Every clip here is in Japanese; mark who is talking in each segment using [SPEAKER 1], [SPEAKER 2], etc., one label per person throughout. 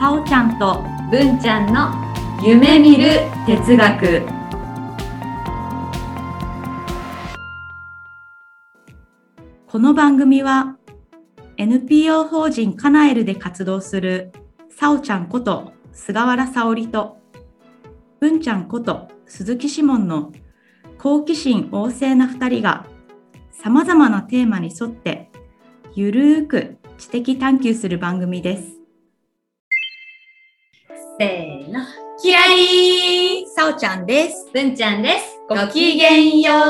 [SPEAKER 1] さおちゃんと文ちゃんの夢見る哲学この番組は NPO 法人カナエルで活動するさおちゃんこと菅原沙織と文ちゃんこと鈴木志門の好奇心旺盛な2人がさまざまなテーマに沿ってゆるーく知的探求する番組です。
[SPEAKER 2] せーの、
[SPEAKER 1] キラリーさおちゃんです。
[SPEAKER 2] 文ちゃんです。
[SPEAKER 1] ご
[SPEAKER 2] ご
[SPEAKER 1] き
[SPEAKER 2] き
[SPEAKER 1] げ
[SPEAKER 2] げ
[SPEAKER 1] ん
[SPEAKER 2] ん
[SPEAKER 1] よ
[SPEAKER 2] よ
[SPEAKER 1] う
[SPEAKER 2] う。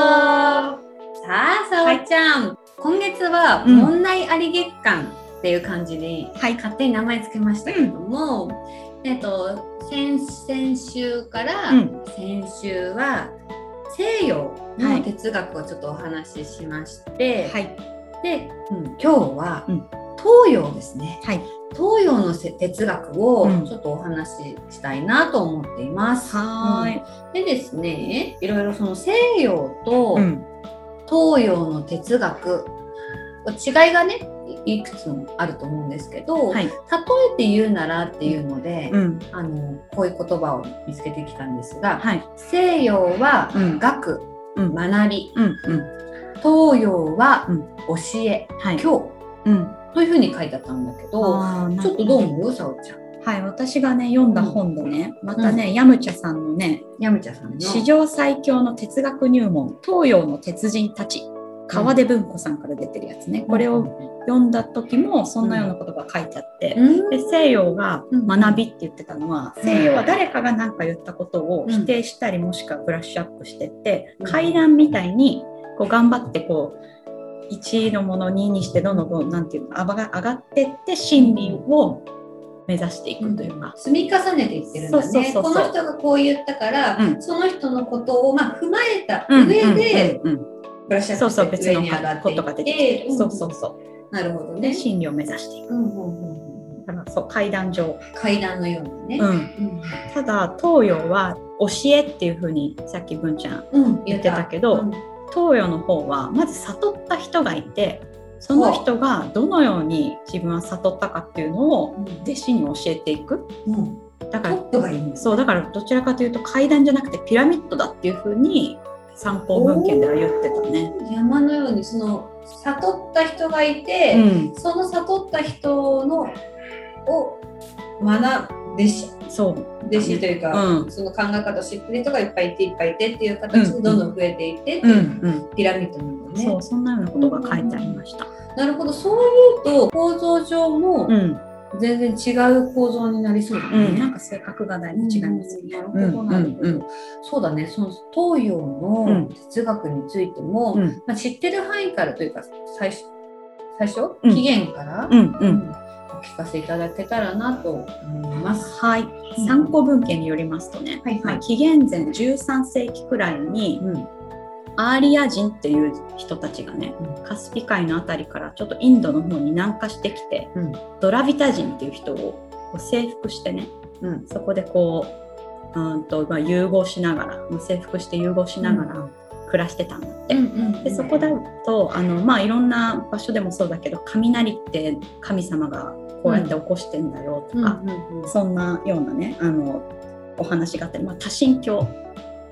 [SPEAKER 2] さあ、さおちゃん、今月は
[SPEAKER 1] うん
[SPEAKER 2] 問題あり月間っていう感じに、
[SPEAKER 1] はい
[SPEAKER 2] 勝手に名前つけましたけども、えっと、先々週から
[SPEAKER 1] うん
[SPEAKER 2] 先週は、西洋
[SPEAKER 1] はい
[SPEAKER 2] の哲学をちょっとお話ししまして、
[SPEAKER 1] はい。
[SPEAKER 2] で、うん今日は、
[SPEAKER 1] うん
[SPEAKER 2] 東洋ですね
[SPEAKER 1] はい。
[SPEAKER 2] 東洋のせ哲学を
[SPEAKER 1] うん
[SPEAKER 2] ちょっとお話ししたいなと思っています。
[SPEAKER 1] はーい。
[SPEAKER 2] でですねいろいろその西洋と
[SPEAKER 1] うん。
[SPEAKER 2] 東洋の哲学、違いがねいいくつもあると思うんですけど、
[SPEAKER 1] はい。
[SPEAKER 2] 例えて言うならっていうので、
[SPEAKER 1] うん。
[SPEAKER 2] あのこういう言葉を見つけてきたんですが、
[SPEAKER 1] はい。
[SPEAKER 2] 西洋は
[SPEAKER 1] うん
[SPEAKER 2] 学、
[SPEAKER 1] うん
[SPEAKER 2] 学び
[SPEAKER 1] うん。うん。
[SPEAKER 2] 東洋は
[SPEAKER 1] うん
[SPEAKER 2] 教え、
[SPEAKER 1] はい。
[SPEAKER 2] 教
[SPEAKER 1] うん。
[SPEAKER 2] というふうに書いてあったんだけど
[SPEAKER 1] あー
[SPEAKER 2] ちょっとどう思うさおちゃん。
[SPEAKER 1] はい、私がね読んだ本でね、またね、ヤムチャさんのね
[SPEAKER 2] やむちゃさん
[SPEAKER 1] 「
[SPEAKER 2] の
[SPEAKER 1] 史上最強の哲学入門東洋の鉄人たち」川出文庫さんから出てるやつね、これを読んだ時もそんなようなことが書いてあって、
[SPEAKER 2] うん
[SPEAKER 1] で西洋が
[SPEAKER 2] うん
[SPEAKER 1] 学びって言ってたのは、
[SPEAKER 2] うん
[SPEAKER 1] 西洋は誰かが何か言ったことを
[SPEAKER 2] うん
[SPEAKER 1] 否定したり、もしくはブラッシュアップしてって、
[SPEAKER 2] うん
[SPEAKER 1] 階段みたいにこう頑張ってこう1のもの2にしてどんどんどんなんていうのあばが上がってって真理を目指していくというか、
[SPEAKER 2] 積み重ねていってるんだね
[SPEAKER 1] そうそうそうそう
[SPEAKER 2] この人がこう言ったから、
[SPEAKER 1] うん
[SPEAKER 2] その人のことをまあ踏まえた上で、
[SPEAKER 1] うんうんうん
[SPEAKER 2] ブラッシュア
[SPEAKER 1] そうそう
[SPEAKER 2] ップし
[SPEAKER 1] 別
[SPEAKER 2] て上
[SPEAKER 1] の
[SPEAKER 2] に上がって
[SPEAKER 1] こ
[SPEAKER 2] い
[SPEAKER 1] とができ
[SPEAKER 2] ってて、
[SPEAKER 1] る、
[SPEAKER 2] うん
[SPEAKER 1] そうそうそ
[SPEAKER 2] なるほど
[SPEAKER 1] うで
[SPEAKER 2] ね、
[SPEAKER 1] 真理を目指していく
[SPEAKER 2] うんうんうん、
[SPEAKER 1] だからそう階段上、
[SPEAKER 2] 階段のようなね、
[SPEAKER 1] うん、
[SPEAKER 2] うん
[SPEAKER 1] ただ東洋は教えっていうふうにさっき文ちゃん
[SPEAKER 2] うん
[SPEAKER 1] 言ってたけど
[SPEAKER 2] うん
[SPEAKER 1] 東洋の方はまず悟った人がいてその人がどのように自分は悟ったかっていうのを弟子に教えていく
[SPEAKER 2] うん
[SPEAKER 1] だ
[SPEAKER 2] ト
[SPEAKER 1] か
[SPEAKER 2] ッ
[SPEAKER 1] ら
[SPEAKER 2] プがいいんです
[SPEAKER 1] そうだからどちらかというと階段じゃなくてピラミッドだっていうふうに参考文献では言ってたね。
[SPEAKER 2] 山のようにその悟った人がいて、
[SPEAKER 1] う
[SPEAKER 2] その悟った人のを学ぶ弟子
[SPEAKER 1] ん、そう
[SPEAKER 2] 弟子というか、
[SPEAKER 1] うん
[SPEAKER 2] その考え方を知ってる人がいっぱいいていっぱいいてっていう形でどんどん増えていってって
[SPEAKER 1] う
[SPEAKER 2] いうん
[SPEAKER 1] うん
[SPEAKER 2] ピラミッドなんだね。
[SPEAKER 1] そうそんなようなことが書いてありました。
[SPEAKER 2] なるほど、そういうと構造上も
[SPEAKER 1] うん、
[SPEAKER 2] 全然違う構造になりそうだ
[SPEAKER 1] う
[SPEAKER 2] ね。
[SPEAKER 1] ん、なんか性格がだいぶ違いますよね。
[SPEAKER 2] なるほど、なるほ
[SPEAKER 1] うんうんうん
[SPEAKER 2] ど。そうだね、その東洋の哲学についても、
[SPEAKER 1] うん
[SPEAKER 2] まあ、知ってる範囲からというか、最初、最初、
[SPEAKER 1] うん
[SPEAKER 2] 起源から、
[SPEAKER 1] うんう
[SPEAKER 2] うんんお聞かせいただけたらなと思います。
[SPEAKER 1] はい、
[SPEAKER 2] うん
[SPEAKER 1] 参考文献によりますとね、
[SPEAKER 2] はいはい
[SPEAKER 1] まあ紀元前13世紀くらいに
[SPEAKER 2] うん、
[SPEAKER 1] アーリア人っていう人たちがね、
[SPEAKER 2] うん
[SPEAKER 1] カスピ海の辺りからちょっとインドの方に南下してきて、
[SPEAKER 2] うん
[SPEAKER 1] ドラビタ人っていう人をこう征服してね
[SPEAKER 2] うん、
[SPEAKER 1] そこでこううんと、まあ、融合しながらまあ征服して融合しながら暮らしてたんだって。
[SPEAKER 2] うん
[SPEAKER 1] でそこだとあの、まあ、いろんな場所でもそうだけど雷って神様がこうやって起こしてんだよと
[SPEAKER 2] うんう
[SPEAKER 1] か、
[SPEAKER 2] んうん、
[SPEAKER 1] そんなようなねあのお話があったり、まあ、多神教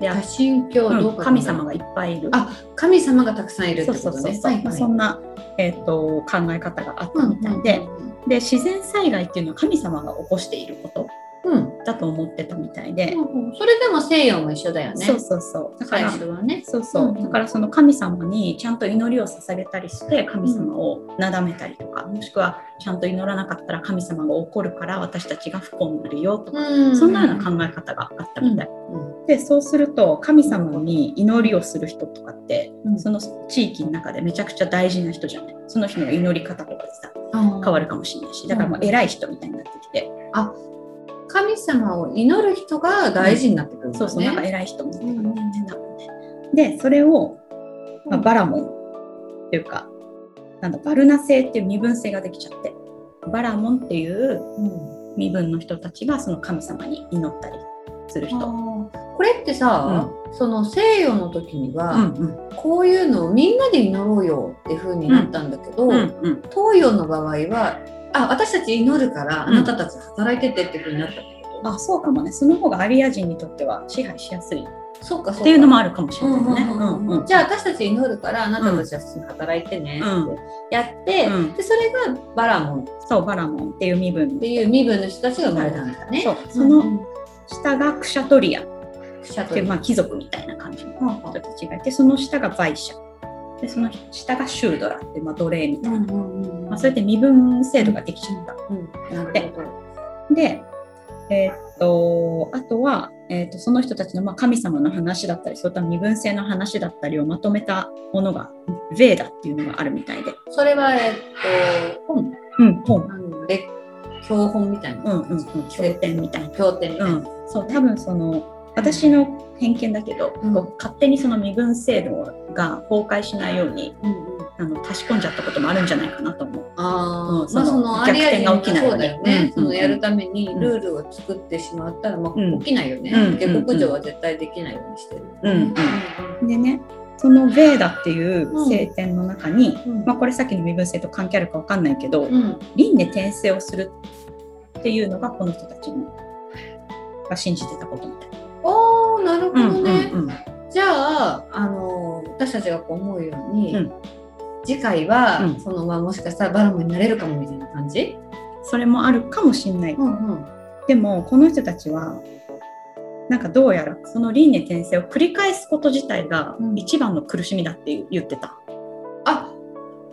[SPEAKER 1] であ
[SPEAKER 2] 多神教
[SPEAKER 1] うん
[SPEAKER 2] どうかな
[SPEAKER 1] 神様がいっぱいいる
[SPEAKER 2] あ神様がたくさんいるって
[SPEAKER 1] そう
[SPEAKER 2] こ
[SPEAKER 1] そ
[SPEAKER 2] と
[SPEAKER 1] う
[SPEAKER 2] ね。
[SPEAKER 1] そうそう、まあそんな、えー、と考え方があったみたいで,、で自然災害っていうのは神様が起こしていること
[SPEAKER 2] うんうん
[SPEAKER 1] だと思ってたみたいで、
[SPEAKER 2] うんそれでも西洋も一緒だよね。
[SPEAKER 1] そうそうそうだか
[SPEAKER 2] 最
[SPEAKER 1] ら
[SPEAKER 2] 初はね。
[SPEAKER 1] そうそう、
[SPEAKER 2] うんうん
[SPEAKER 1] だからその神様にちゃんと祈りを捧げたりして神様をなだめたりとか、もしくはちゃんと祈らなかったら神様が怒るから私たちが不幸になるよとか、そ
[SPEAKER 2] そ
[SPEAKER 1] んなような考え方があったみたい。
[SPEAKER 2] え。
[SPEAKER 1] でそうすると神様に祈りをする人とかって
[SPEAKER 2] うん
[SPEAKER 1] その地域の中でめちゃくちゃ大事な人じゃないその人の祈り方とかでさ
[SPEAKER 2] 変
[SPEAKER 1] 変わる。かもしれないしだからもう偉い人みたいになってきて、
[SPEAKER 2] 神様を祈る人が大事になってくるんだね。
[SPEAKER 1] そうそうなんか偉い人みたい
[SPEAKER 2] うん
[SPEAKER 1] になっ
[SPEAKER 2] うん
[SPEAKER 1] て多分ねでそれを、まあバラモンっていうかなんだバルナ性っていう身分性ができちゃってバラモンっていう
[SPEAKER 2] うん
[SPEAKER 1] 身分の人たちがその神様に祈ったりする人
[SPEAKER 2] あーこれってさ、その西洋の時に
[SPEAKER 3] う
[SPEAKER 2] は、
[SPEAKER 3] んうん
[SPEAKER 2] こういうのをみんなで祈ろうよっていう風になったんだけど、
[SPEAKER 3] うんうん
[SPEAKER 2] 東洋の場合はあ私たち祈るから
[SPEAKER 3] う
[SPEAKER 2] あ
[SPEAKER 3] ん
[SPEAKER 2] なたたち働いてってっていう風になったんだけど、
[SPEAKER 1] あそうかもねその方がアリア人にとっては支配しやすいっ
[SPEAKER 2] そうかそうか
[SPEAKER 3] っていうのもあるかもしれ
[SPEAKER 2] うん
[SPEAKER 3] ないね。
[SPEAKER 2] うんうんうんじゃあ私たち祈るからあなたたちは普通に働いてね
[SPEAKER 3] うん
[SPEAKER 2] ってやって、
[SPEAKER 3] うん
[SPEAKER 2] でそれがバラモンっ
[SPEAKER 1] そうバラモンっていう身分
[SPEAKER 2] て
[SPEAKER 1] で
[SPEAKER 2] いう身分の人たちが生まれたんだね。
[SPEAKER 1] そうそ
[SPEAKER 2] うん
[SPEAKER 1] の
[SPEAKER 2] うん
[SPEAKER 1] 下がクシャトリアっ
[SPEAKER 2] シャト
[SPEAKER 1] てい
[SPEAKER 2] ル
[SPEAKER 1] う、まあ、貴族みたいな感じの人たちがいてその下がバイシャでその下がシュードラって、まあ、奴隷みたいな、まあ、そうやって身分制度ができちゃった。
[SPEAKER 2] うんなるほど
[SPEAKER 1] で、えーっとあとは、えーっとその人たちの、まあ、神様の話だったりそれとは身分制の話だったりをまとめたものがヴェーダっていうのがあるみたいで、
[SPEAKER 2] それは、えっと、本
[SPEAKER 1] うん、本、
[SPEAKER 2] あのれ教本みたいな、
[SPEAKER 1] うんうんうん、経典みたいな。
[SPEAKER 2] 経典みた
[SPEAKER 1] う
[SPEAKER 2] いな。
[SPEAKER 1] ん、そう多分その私の偏見だけど、
[SPEAKER 2] うん
[SPEAKER 1] こう勝手にその身分制度が崩壊しないように
[SPEAKER 2] うんうん
[SPEAKER 1] あの足し込んじゃったこともあるんじゃないかなと思う。
[SPEAKER 2] あ
[SPEAKER 1] うん
[SPEAKER 2] ーまあそ
[SPEAKER 1] その
[SPEAKER 2] のアリア人が
[SPEAKER 1] 逆転が起きない
[SPEAKER 2] そ
[SPEAKER 1] よ
[SPEAKER 2] う
[SPEAKER 1] ね
[SPEAKER 2] だよね、
[SPEAKER 1] うん
[SPEAKER 2] そのやるために
[SPEAKER 1] うん
[SPEAKER 2] ルールを作ってしまったら、まあ、
[SPEAKER 1] うん
[SPEAKER 2] 起きないよね、
[SPEAKER 1] うん
[SPEAKER 2] 下克上は絶対できないようにしてる、
[SPEAKER 1] うんでねそのヴェーダっていう聖典の中に、
[SPEAKER 2] うん
[SPEAKER 1] まあ、これさっきの身分制と関係あるかわかんないけど、
[SPEAKER 2] うん
[SPEAKER 1] 輪廻転生をするっていうのがこの人たちのが信じてたことみたいな。
[SPEAKER 2] おーなるほどね、
[SPEAKER 3] うん
[SPEAKER 2] じゃあ、あの私たちがこう思うように、
[SPEAKER 1] うん
[SPEAKER 2] 次回は、
[SPEAKER 3] うん
[SPEAKER 2] そのまあ、もしかしたらバラモンになれるかもみたいな感じ、
[SPEAKER 1] それもあるかもしんない。
[SPEAKER 2] んうん、
[SPEAKER 1] でもこの人たちはなんかどうやらその輪廻転生を繰り返すこと自体が
[SPEAKER 2] うん
[SPEAKER 1] 一番の苦しみだって言ってた。
[SPEAKER 2] あ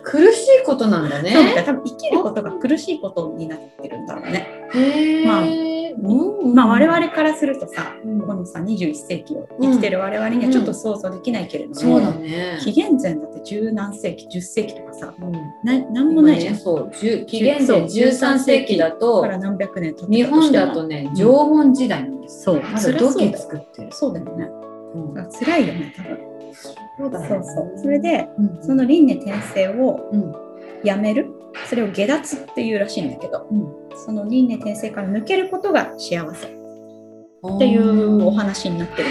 [SPEAKER 2] 苦しいことなんだ
[SPEAKER 1] そうみた
[SPEAKER 2] ね。
[SPEAKER 1] い多分生きることが苦しいことになってるんだろうね。
[SPEAKER 2] へー
[SPEAKER 1] まあ
[SPEAKER 2] うん
[SPEAKER 1] まあ我々からするとさ
[SPEAKER 2] うん
[SPEAKER 1] このさ21世紀を生きてる我々にはちょっと想像できないけれども、
[SPEAKER 2] そうだね。
[SPEAKER 1] 紀元前だって十何世紀10世紀とかさ
[SPEAKER 2] うん
[SPEAKER 1] ななんもないじゃん。
[SPEAKER 2] 今ねそう10紀元
[SPEAKER 1] そう
[SPEAKER 2] 前13世紀だ
[SPEAKER 1] だ
[SPEAKER 2] と
[SPEAKER 1] から何百年経って
[SPEAKER 2] 日
[SPEAKER 1] たとし
[SPEAKER 2] 本
[SPEAKER 1] ても
[SPEAKER 2] だとね縄文時代なんです。
[SPEAKER 1] そう
[SPEAKER 2] ま
[SPEAKER 1] そ
[SPEAKER 2] だ
[SPEAKER 1] りゃそ
[SPEAKER 2] 土
[SPEAKER 1] うだ
[SPEAKER 2] 器
[SPEAKER 1] よ
[SPEAKER 2] 作ってる。
[SPEAKER 1] そうだよね。
[SPEAKER 2] うん
[SPEAKER 1] だから辛いよね多分。
[SPEAKER 2] そうだ
[SPEAKER 1] そうそう。それ、で
[SPEAKER 2] うん
[SPEAKER 1] その輪廻転生を
[SPEAKER 2] うん
[SPEAKER 1] やめるそれを下脱っていうらしいんだけど、その輪廻転生から抜けることが幸せっ
[SPEAKER 2] うん
[SPEAKER 1] ていうお話になってる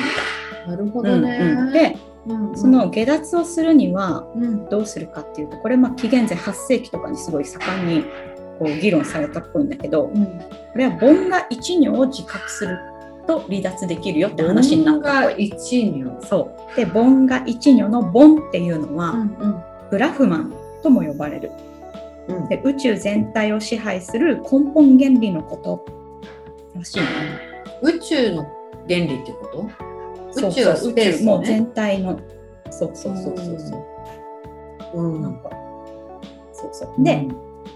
[SPEAKER 1] み
[SPEAKER 2] なるほ
[SPEAKER 1] たい、
[SPEAKER 2] どね。
[SPEAKER 1] うんうんで
[SPEAKER 2] うんうん
[SPEAKER 1] その下脱をするには
[SPEAKER 2] うん
[SPEAKER 1] どうするかっていうとこれまあ紀元前8世紀とかにすごい盛んにこう議論されたっぽいんだけど
[SPEAKER 2] うん
[SPEAKER 1] これは凡が一如を自覚すると離脱できるよって話になっ
[SPEAKER 2] 文
[SPEAKER 1] たっ
[SPEAKER 2] が
[SPEAKER 1] ぽい。
[SPEAKER 2] 一位によ
[SPEAKER 1] そうで凡が一如の凡っていうのは、
[SPEAKER 2] ん
[SPEAKER 1] ブラフマンとも呼ばれる
[SPEAKER 2] うん
[SPEAKER 1] で宇宙全体を支配する根本原理のことらしいのね。
[SPEAKER 2] 宇宙の原理ってこと？
[SPEAKER 1] そう
[SPEAKER 2] 宇宙はスペー
[SPEAKER 1] 宇宙
[SPEAKER 2] ス
[SPEAKER 1] もう
[SPEAKER 2] だね。
[SPEAKER 1] 全体の。そうそうそうそうそう。
[SPEAKER 2] う
[SPEAKER 1] なん
[SPEAKER 2] ん
[SPEAKER 1] かそうそうで、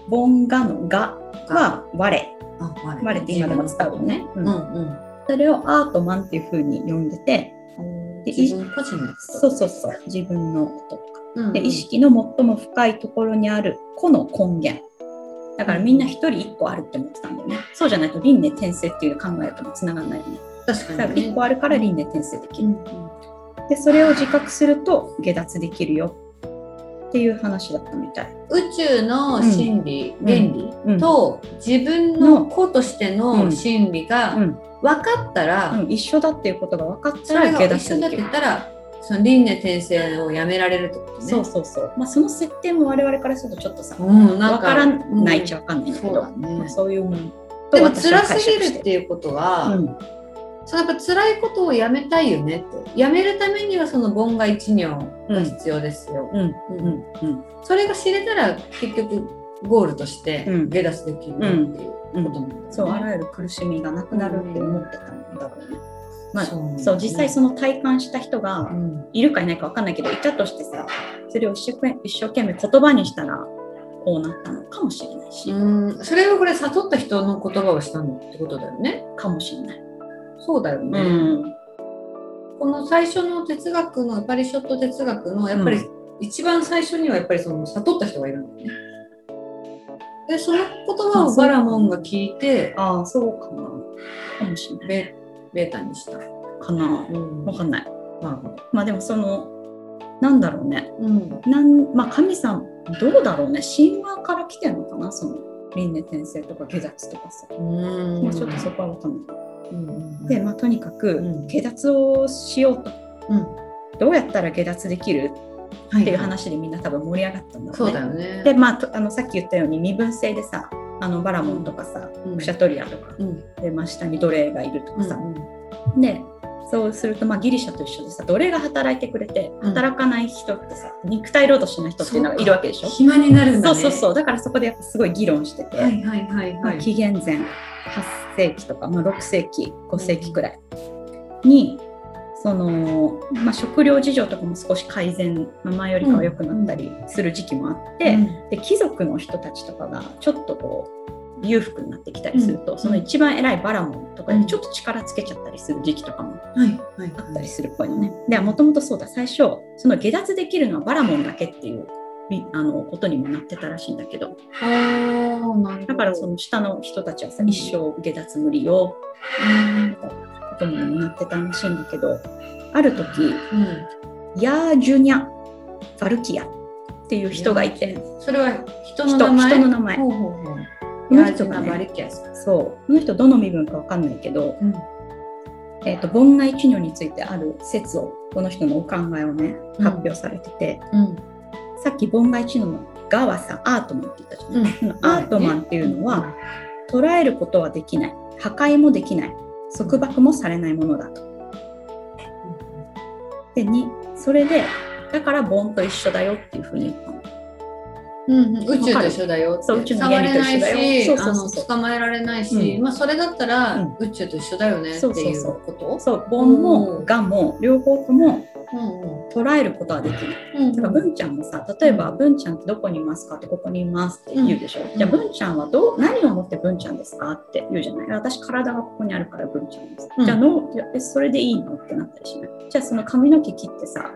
[SPEAKER 1] ボンガの「が」は「我
[SPEAKER 2] あ、我」
[SPEAKER 1] 「我」って今でも使うよね。
[SPEAKER 2] う
[SPEAKER 1] うんん
[SPEAKER 2] うん。
[SPEAKER 1] それを「アートマン」っていうふうに呼んでてで
[SPEAKER 2] 自分個人の
[SPEAKER 1] そうそうそう自分のこととか。
[SPEAKER 2] う
[SPEAKER 1] で意識の最も深いところにある個の根源。だからみんな一人一個あるって思ってたんだよね。そうじゃないと輪廻転生っていう考えともつながらないよね。
[SPEAKER 2] 確
[SPEAKER 1] だか
[SPEAKER 2] か
[SPEAKER 1] ら
[SPEAKER 2] に
[SPEAKER 1] 1
[SPEAKER 2] ね。
[SPEAKER 1] 個あるから輪廻転生でき
[SPEAKER 2] う
[SPEAKER 1] る、
[SPEAKER 2] ん
[SPEAKER 1] でそれを自覚すると下脱できるよっていう話だったみたい、
[SPEAKER 2] 宇宙の真理、
[SPEAKER 1] うん
[SPEAKER 2] 原理
[SPEAKER 1] うん
[SPEAKER 2] と自分の個としての真理が
[SPEAKER 1] うん
[SPEAKER 2] 分かった
[SPEAKER 1] う
[SPEAKER 2] ら、
[SPEAKER 1] ん一緒だっていうことが分かった
[SPEAKER 2] そ
[SPEAKER 1] ら
[SPEAKER 2] れ
[SPEAKER 1] 下
[SPEAKER 2] が一
[SPEAKER 1] 脱
[SPEAKER 2] 緒だっ
[SPEAKER 1] できる
[SPEAKER 2] て言ったら、その輪廻転生をやめられるってことね。
[SPEAKER 1] そうそうそう、まあ、その設定も我々からするとちょっとさ分
[SPEAKER 2] うん、なんか
[SPEAKER 1] からないっちゃ
[SPEAKER 2] ゃ
[SPEAKER 1] 分かんないんだけ
[SPEAKER 2] そう
[SPEAKER 1] ど、
[SPEAKER 2] だ
[SPEAKER 1] まあ
[SPEAKER 2] ね。
[SPEAKER 1] そういうもの
[SPEAKER 2] でも
[SPEAKER 1] 私は解
[SPEAKER 2] 辛
[SPEAKER 1] 釈
[SPEAKER 2] すぎ
[SPEAKER 1] し
[SPEAKER 2] るっていうことは、
[SPEAKER 1] うん
[SPEAKER 2] そのやっぱ辛いことをやめたいよねってやめるためにはその凡が一尿が必要ですよ、
[SPEAKER 1] うん
[SPEAKER 2] うん
[SPEAKER 1] うんうん
[SPEAKER 2] それが知れたら結局ゴールとして
[SPEAKER 1] うん
[SPEAKER 2] 下脱できるっていうことなんだよね、
[SPEAKER 1] そうあらゆる苦しみがなくなるって思ってたんだろうね、まあ、
[SPEAKER 2] そう
[SPEAKER 1] そう実際その体感した人が
[SPEAKER 2] うん
[SPEAKER 1] いるかいないか分かんないけどいたとしてさそれを一生懸命一生懸命言葉にしたらこうなったのかもしれないし、
[SPEAKER 2] うんそれをこれ悟った人の言葉をしたんだってことだよね
[SPEAKER 1] かもしれない。
[SPEAKER 2] そうだよね、この最初の哲学のパリショット哲学のやっぱり
[SPEAKER 1] う
[SPEAKER 2] 一番最初にはやっぱりその悟った人がいるんだよねでその言
[SPEAKER 1] まあそ
[SPEAKER 2] 葉を
[SPEAKER 1] う
[SPEAKER 2] バラモンが聞いて
[SPEAKER 1] ああそうかな。かもしれない。
[SPEAKER 2] ベベータにした、
[SPEAKER 1] かな。
[SPEAKER 2] うん
[SPEAKER 1] 分かんない。
[SPEAKER 2] なるほど。
[SPEAKER 1] まあでもそのなんだろうね。
[SPEAKER 2] うん。
[SPEAKER 1] なんまあ神さんどうだろうね。神話から来てるのかなその輪廻転生とか下脱とかさ。まあちょっとそこは分かんない。
[SPEAKER 2] うんうん
[SPEAKER 1] で、まあ、とにか
[SPEAKER 2] う
[SPEAKER 1] く
[SPEAKER 2] ん
[SPEAKER 1] 下脱をしようと、
[SPEAKER 2] うん
[SPEAKER 1] どうやったら下脱できる
[SPEAKER 2] は
[SPEAKER 1] っていう話でみんな多分盛り上がったんだろうね。
[SPEAKER 2] そうだよね。
[SPEAKER 1] で、まあ、とあのさっき言ったように身分制でさあのバラモンとかさ、
[SPEAKER 2] うん
[SPEAKER 1] クシャトリアとか
[SPEAKER 2] うん
[SPEAKER 1] で、まあ、下に奴隷がいると
[SPEAKER 2] う
[SPEAKER 1] か
[SPEAKER 2] ん
[SPEAKER 1] さ、でそうすると、まあ、ギリシャと一緒でさ奴隷が働いてくれて
[SPEAKER 2] うん
[SPEAKER 1] 働かない人ってさ肉体労働しない人っていうのがいるわけでしょそう
[SPEAKER 2] 暇になるんだ
[SPEAKER 1] そう
[SPEAKER 2] ね。
[SPEAKER 1] そう
[SPEAKER 2] う。
[SPEAKER 1] だからそこでやっぱすごい議論してて、
[SPEAKER 2] はいはいはい
[SPEAKER 1] ま
[SPEAKER 2] は
[SPEAKER 1] あ、
[SPEAKER 2] い。
[SPEAKER 1] 紀元前8世紀とか、まあ、6世紀5世紀くらいにその、まあ、食料事情とかも少し改善、まあ、前よりかは良くなったりする時期もあって、
[SPEAKER 2] うん
[SPEAKER 1] で貴族の人たちとかがちょっとこう裕福になってきたりすると、その一番偉いバラモンとかにちょっと力つけちゃったりする時期とかも
[SPEAKER 2] はいはい
[SPEAKER 1] あっ
[SPEAKER 2] は
[SPEAKER 1] た
[SPEAKER 2] い
[SPEAKER 1] りするっぽいのね。でもともとそうだ最初その下脱できるのはバラモンだけっていうびあのことにもなってたらしいんだけど
[SPEAKER 2] あーなるほど
[SPEAKER 1] だからその下の人たちはさ
[SPEAKER 2] うん
[SPEAKER 1] 一生下脱無理よ
[SPEAKER 2] うん
[SPEAKER 1] ことにもなってたらしいんだけどある時
[SPEAKER 2] うん
[SPEAKER 1] ヤージュニャ・ファルキアっていう人がいて
[SPEAKER 2] それは人
[SPEAKER 1] 人
[SPEAKER 2] の名前
[SPEAKER 1] 人の名前
[SPEAKER 2] ほうほうほう
[SPEAKER 1] この人
[SPEAKER 2] ヤージュナ
[SPEAKER 1] がね
[SPEAKER 2] バリキアさん
[SPEAKER 1] そうこの人どの身分かわかんないけど、えー、と盆内知女についてある説をこの人のお考えをね
[SPEAKER 2] うん
[SPEAKER 1] 発表されてて、
[SPEAKER 2] うん
[SPEAKER 1] さっき盆内知女のガワさんアートマンって言ったじゃない、
[SPEAKER 2] うん
[SPEAKER 1] そのアートマンっていうのは、捉えることはできない破壊もできない束縛もされないものだと。でにそれでだから盆と一緒だよっていうふうに言ったの
[SPEAKER 2] うんうん、宇宙と一緒だよって
[SPEAKER 1] そう宇宙の
[SPEAKER 2] 触
[SPEAKER 1] 原理
[SPEAKER 2] れ
[SPEAKER 1] と
[SPEAKER 2] な
[SPEAKER 1] 一緒
[SPEAKER 2] い
[SPEAKER 1] だよ
[SPEAKER 2] し
[SPEAKER 1] そう
[SPEAKER 2] あ
[SPEAKER 1] そうそう
[SPEAKER 2] の捕まえられないし、
[SPEAKER 1] うん
[SPEAKER 2] まあ、それだったら、
[SPEAKER 1] うん
[SPEAKER 2] 宇宙と一緒だよねって
[SPEAKER 1] そうそう
[SPEAKER 2] い
[SPEAKER 1] そう
[SPEAKER 2] うこと
[SPEAKER 1] そう盆
[SPEAKER 2] お
[SPEAKER 1] も
[SPEAKER 2] ー
[SPEAKER 1] がも両方とも
[SPEAKER 2] うん
[SPEAKER 1] 捉えることはできない。
[SPEAKER 2] うんうん
[SPEAKER 1] だから文ちゃんもさ例えば文ちゃんってどこにいますかってここにいますって言うでしょ、
[SPEAKER 2] ん
[SPEAKER 1] じゃあ文ちゃんはどう何を持って文ちゃんですかって言うじゃない私体がここにあるから文ちゃんです、
[SPEAKER 2] うん
[SPEAKER 1] じゃあのいやえそれでいいのってなったりしないじゃあその髪の毛切ってさ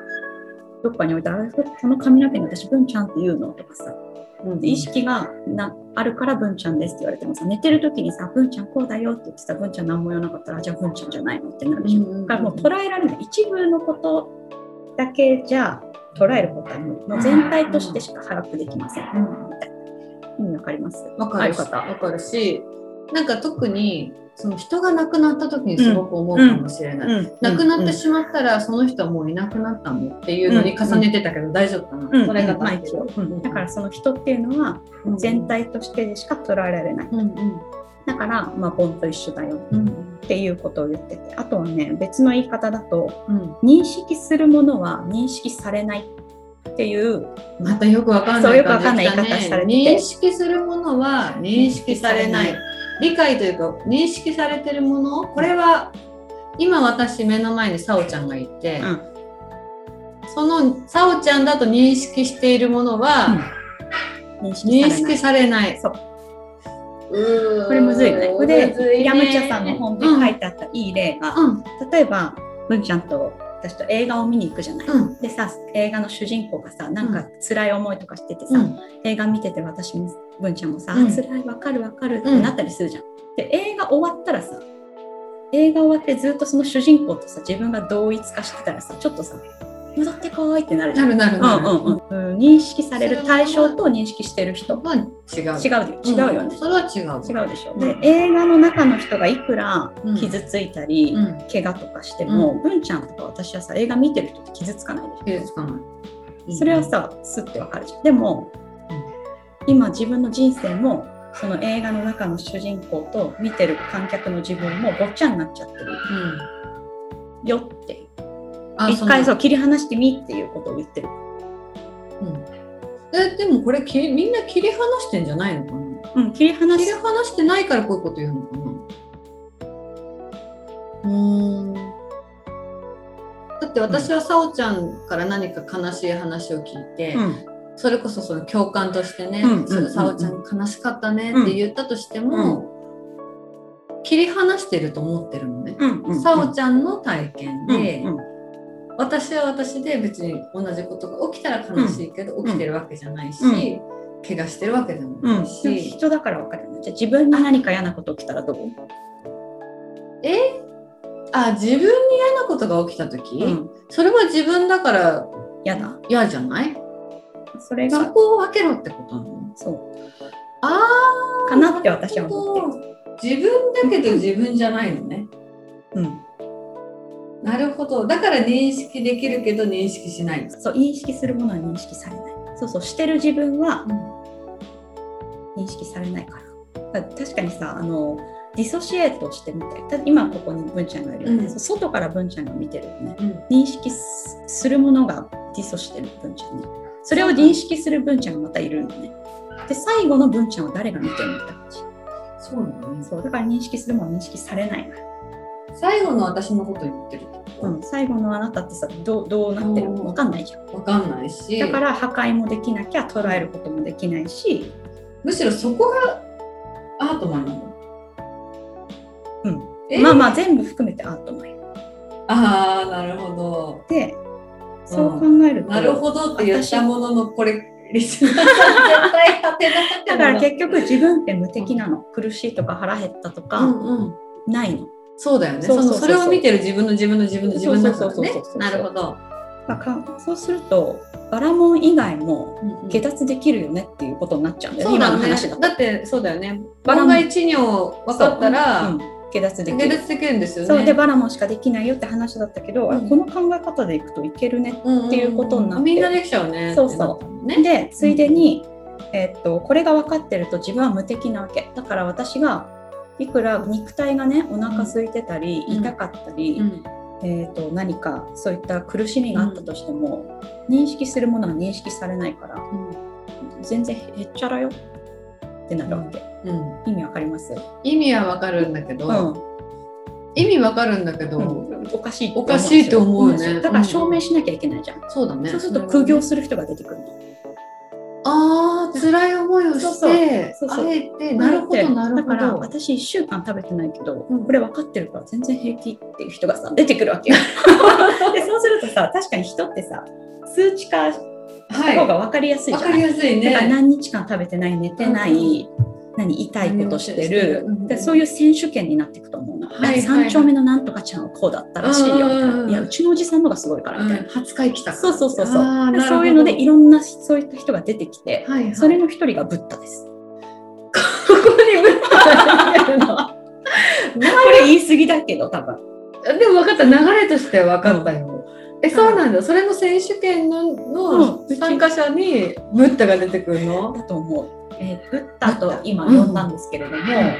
[SPEAKER 1] どっかに置いたらあこの髪の毛に私文ちゃんって言うのとかさ
[SPEAKER 2] うん
[SPEAKER 1] で意識がなあるから文ちゃんですって言われてもさ寝てる時にさ文ちゃんこうだよって言ってさ文ちゃん何も言わなかったらあじゃあ文ちゃんじゃないのってなるでしょ、
[SPEAKER 2] うんうんうん
[SPEAKER 1] だからもう捉えられない一部のことだけじゃ捉えることは無理もう全体としてしか把握できません、
[SPEAKER 2] うん
[SPEAKER 1] みたいな意味わかります
[SPEAKER 2] わかる
[SPEAKER 1] あ
[SPEAKER 2] し
[SPEAKER 1] よかっ
[SPEAKER 2] わかるしなんか特にその人が亡くなった時にすごく思うかもしれない、
[SPEAKER 1] たうん
[SPEAKER 2] 亡くなって
[SPEAKER 1] し
[SPEAKER 2] しまったらその人はもういなくなったのっていうのに重ねてたけど大丈夫かな、
[SPEAKER 1] うん
[SPEAKER 2] それが
[SPEAKER 1] まあ一応、うんだからその人っていうのは全体としてでしか捉えられない
[SPEAKER 2] うんうん
[SPEAKER 1] だからまあ盆と一緒だよ
[SPEAKER 2] うん
[SPEAKER 1] っていうことを言っててあとはね別の言い方だと
[SPEAKER 2] うん
[SPEAKER 1] 認識するものは認識されないっていう
[SPEAKER 2] またよくわかんな
[SPEAKER 1] そ
[SPEAKER 2] い
[SPEAKER 1] うよくわかんない
[SPEAKER 2] 感じだ
[SPEAKER 1] 言い方されてて
[SPEAKER 2] 認識するものは認識されない理解というか認識されてるものこれは今私目の前にさおちゃんがいて、
[SPEAKER 1] うん
[SPEAKER 2] そのさおちゃんだと認識しているものは
[SPEAKER 1] 認識
[SPEAKER 2] 認
[SPEAKER 1] されな
[SPEAKER 2] 識
[SPEAKER 1] い。
[SPEAKER 2] されない、
[SPEAKER 1] そう
[SPEAKER 2] うーん
[SPEAKER 1] これむずいよね。これ
[SPEAKER 2] むず
[SPEAKER 1] で、
[SPEAKER 2] いね
[SPEAKER 1] 平むちゃさんの本で書いてあったいい例が、
[SPEAKER 2] うん
[SPEAKER 1] 例えば、むんちゃんと私と映画を見に行くじゃない。
[SPEAKER 2] うん
[SPEAKER 1] でさ、映画の主人公がさ、なんか辛い思いとかしててさ、
[SPEAKER 2] うん
[SPEAKER 1] 映画見てて私も文ちゃんもさ、
[SPEAKER 2] うん
[SPEAKER 1] 辛いわかるわかるってなったりするじゃん。で映画終わったらさ映画終わってずっとその主人公とさ自分が同一化してたらさちょっとさ戻ってこいってなるじゃ。
[SPEAKER 2] なんるなる
[SPEAKER 1] う
[SPEAKER 2] なる、
[SPEAKER 1] んうんうんうん、認識される対象と認識してる人
[SPEAKER 2] まあ違う
[SPEAKER 1] 違うよ違うよね
[SPEAKER 2] ん、それは違う
[SPEAKER 1] 違うでしょ、
[SPEAKER 2] うん
[SPEAKER 1] で映画の中の人がいくら
[SPEAKER 2] うん
[SPEAKER 1] 傷ついたり、
[SPEAKER 2] うん
[SPEAKER 1] 怪我とかしても、文ちゃんとか私はさ映画見てる人って傷つかないでしょ
[SPEAKER 2] 傷つかない、
[SPEAKER 1] それはさスッてわかるじゃんでも、今自分の人生もその映画の中の主人公と見てる観客の自分もごっちゃになっちゃってる
[SPEAKER 2] うん
[SPEAKER 1] よって
[SPEAKER 2] あ
[SPEAKER 1] 一回
[SPEAKER 2] そ
[SPEAKER 1] そ
[SPEAKER 2] の
[SPEAKER 1] う切り離してみっていうことを言ってる、
[SPEAKER 2] うんえでもこれきみんな切り離してんじゃないのか
[SPEAKER 1] う
[SPEAKER 2] な
[SPEAKER 1] ん、切り離
[SPEAKER 2] 切
[SPEAKER 1] し
[SPEAKER 2] り離してないからこういうこと言うのかなうーんだって私はさおちゃんから何か悲しい話を聞いて、
[SPEAKER 1] うん
[SPEAKER 2] それこそその共感としてね
[SPEAKER 1] うんうんうんうん
[SPEAKER 2] 「さおちゃん悲しかったね」って言ったとしても、切り離してると思ってるのね。
[SPEAKER 1] うんうん
[SPEAKER 2] さおちゃんの体験で、
[SPEAKER 1] うんうん
[SPEAKER 2] 私は私で別に同じことが起きたら悲しいけど、
[SPEAKER 1] ん
[SPEAKER 2] 起きてるわけじゃないし、
[SPEAKER 1] う
[SPEAKER 2] 怪我してるわけでも
[SPEAKER 1] う
[SPEAKER 2] なんいし、
[SPEAKER 1] 人だからわかるよねじゃあ自分に何か嫌なこと起きたらどう、
[SPEAKER 2] あ自分に嫌なことが起きた時、それは自分だから
[SPEAKER 1] 嫌だ
[SPEAKER 2] 嫌じゃない
[SPEAKER 1] それ
[SPEAKER 2] そ
[SPEAKER 1] が
[SPEAKER 2] こを分けろってことなの
[SPEAKER 1] そう
[SPEAKER 2] あー
[SPEAKER 1] かなって私は思ってる
[SPEAKER 2] なるほど自分だけど自分じゃないのね。
[SPEAKER 1] うん、
[SPEAKER 2] なるほどだから認識できるけど認識しないんです、
[SPEAKER 1] そう認識するものは認識されないそうそうしてる自分は認識されないからだから確かにさあのディソシエートしてみてた今ここに文ちゃんがいるよね、
[SPEAKER 2] うん
[SPEAKER 1] そう外から文ちゃんが見てるよね
[SPEAKER 2] うん
[SPEAKER 1] 認識すするものがディソしてる文ちゃんねそれを認識する文ちゃんがまたいるのねで最後の文ちゃんを誰が見てるのって感じ
[SPEAKER 2] そうなのね
[SPEAKER 1] そうだから認識するものは認識されないから、
[SPEAKER 2] 最後の私のこと言ってるってこと
[SPEAKER 1] うん、最後のあなたってさどうどうなってるか分かんないじゃん
[SPEAKER 2] わかんないし
[SPEAKER 1] だから破壊もできなきゃ捉えることもできないし、
[SPEAKER 2] むしろそこがアートマンなの
[SPEAKER 1] うん
[SPEAKER 2] え
[SPEAKER 1] まあまあ全部含めてアートマンよ
[SPEAKER 2] ああなるほど
[SPEAKER 1] でそう考えると、
[SPEAKER 2] なるほどって言ったもののこれリスナーさん絶対当てなかった
[SPEAKER 1] だから結局自分って無敵なの苦しいとか腹減ったとか、
[SPEAKER 2] うんうん
[SPEAKER 1] ないの、
[SPEAKER 2] そうだよね
[SPEAKER 1] そ
[SPEAKER 2] そ
[SPEAKER 1] そ
[SPEAKER 2] う
[SPEAKER 1] う
[SPEAKER 2] の
[SPEAKER 1] そうそう
[SPEAKER 2] それを見てる自分の自分の自分の自分の
[SPEAKER 1] そうそうそう
[SPEAKER 2] ね
[SPEAKER 1] そうそう
[SPEAKER 2] なるほど、
[SPEAKER 1] まあかそうするとバラモン以外も
[SPEAKER 2] うん
[SPEAKER 1] 下脱できるよねっていうことになっちゃうんだよね、
[SPEAKER 2] そうだ
[SPEAKER 1] 今の
[SPEAKER 2] よね
[SPEAKER 1] 話だと。
[SPEAKER 2] だってそうだよね
[SPEAKER 1] バラモン
[SPEAKER 2] 万が一尿分かったら、
[SPEAKER 1] うん下脱で
[SPEAKER 2] 下
[SPEAKER 1] きる
[SPEAKER 2] 脱できるんですよね
[SPEAKER 1] そうでバラモンしかできないよって話だったけど、あ
[SPEAKER 2] うん
[SPEAKER 1] この考え方でいくといけるね
[SPEAKER 2] うんうんうん
[SPEAKER 1] っていうことになって
[SPEAKER 2] みんなできちゃうね
[SPEAKER 1] そうそう
[SPEAKER 2] うね
[SPEAKER 1] でついでに、えっとこれが分かってると自分は無敵なわけだから私がいくら肉体がねお腹空いてたり、
[SPEAKER 2] うん
[SPEAKER 1] 痛かったり、
[SPEAKER 2] うん
[SPEAKER 1] えっと何かそういった苦しみがあったとしても、認識するものは認識されないから全然へっちゃらよってなるわけ、
[SPEAKER 2] うん
[SPEAKER 1] 意味わかります、
[SPEAKER 2] 意味はわかるんだけ
[SPEAKER 1] う
[SPEAKER 2] ど、
[SPEAKER 1] ん
[SPEAKER 2] 意味わかるんだけど、
[SPEAKER 1] うんおかしい
[SPEAKER 2] おかしいと思うね
[SPEAKER 1] んですよだから証明しなきゃいけないじゃん、
[SPEAKER 2] そうだね
[SPEAKER 1] そうすると苦行する人が出てくるの、
[SPEAKER 2] ああ辛い思いをして
[SPEAKER 1] そうそうそうそう
[SPEAKER 2] あえてなるほどなる
[SPEAKER 1] だ
[SPEAKER 2] ほ
[SPEAKER 1] から
[SPEAKER 2] ど
[SPEAKER 1] 私1週間食べてないけど、
[SPEAKER 2] うん
[SPEAKER 1] これ分かってるから全然平気っていう人がさ出てくるわ けよでそうするとさ確かに人ってさ数値化し
[SPEAKER 2] は
[SPEAKER 1] た
[SPEAKER 2] い
[SPEAKER 1] 方
[SPEAKER 2] わ
[SPEAKER 1] が分かりやすいじゃ
[SPEAKER 2] か
[SPEAKER 1] ない、
[SPEAKER 2] りやすい
[SPEAKER 1] だから
[SPEAKER 2] ね
[SPEAKER 1] 何日間食べてない寝てない、何痛いことしてる
[SPEAKER 2] 何をしてる
[SPEAKER 1] でそういう選手権になっていくと思うの、
[SPEAKER 2] はいはいはい
[SPEAKER 1] 3丁目のなんとかちゃんはこうだったらしいよみたいな、
[SPEAKER 2] うんうんうん
[SPEAKER 1] いやうちのおじさんのがすごいからみたいな、
[SPEAKER 2] うん初回来た
[SPEAKER 1] そうそうそうそう
[SPEAKER 2] あー
[SPEAKER 1] で
[SPEAKER 2] なるほど
[SPEAKER 1] そういうのでいろんなそういった人が出てきて、
[SPEAKER 2] はいはい
[SPEAKER 1] それの一人がブッダです
[SPEAKER 2] ここにぶ
[SPEAKER 1] これ言い過ぎだけど多分
[SPEAKER 2] でも分かった流れとして分かったよ、えそうなんだそれの選手権のの
[SPEAKER 1] うん
[SPEAKER 2] 参加者にブッダが出てくるの
[SPEAKER 1] だと思う。えーブッダと今呼んだんですけれども、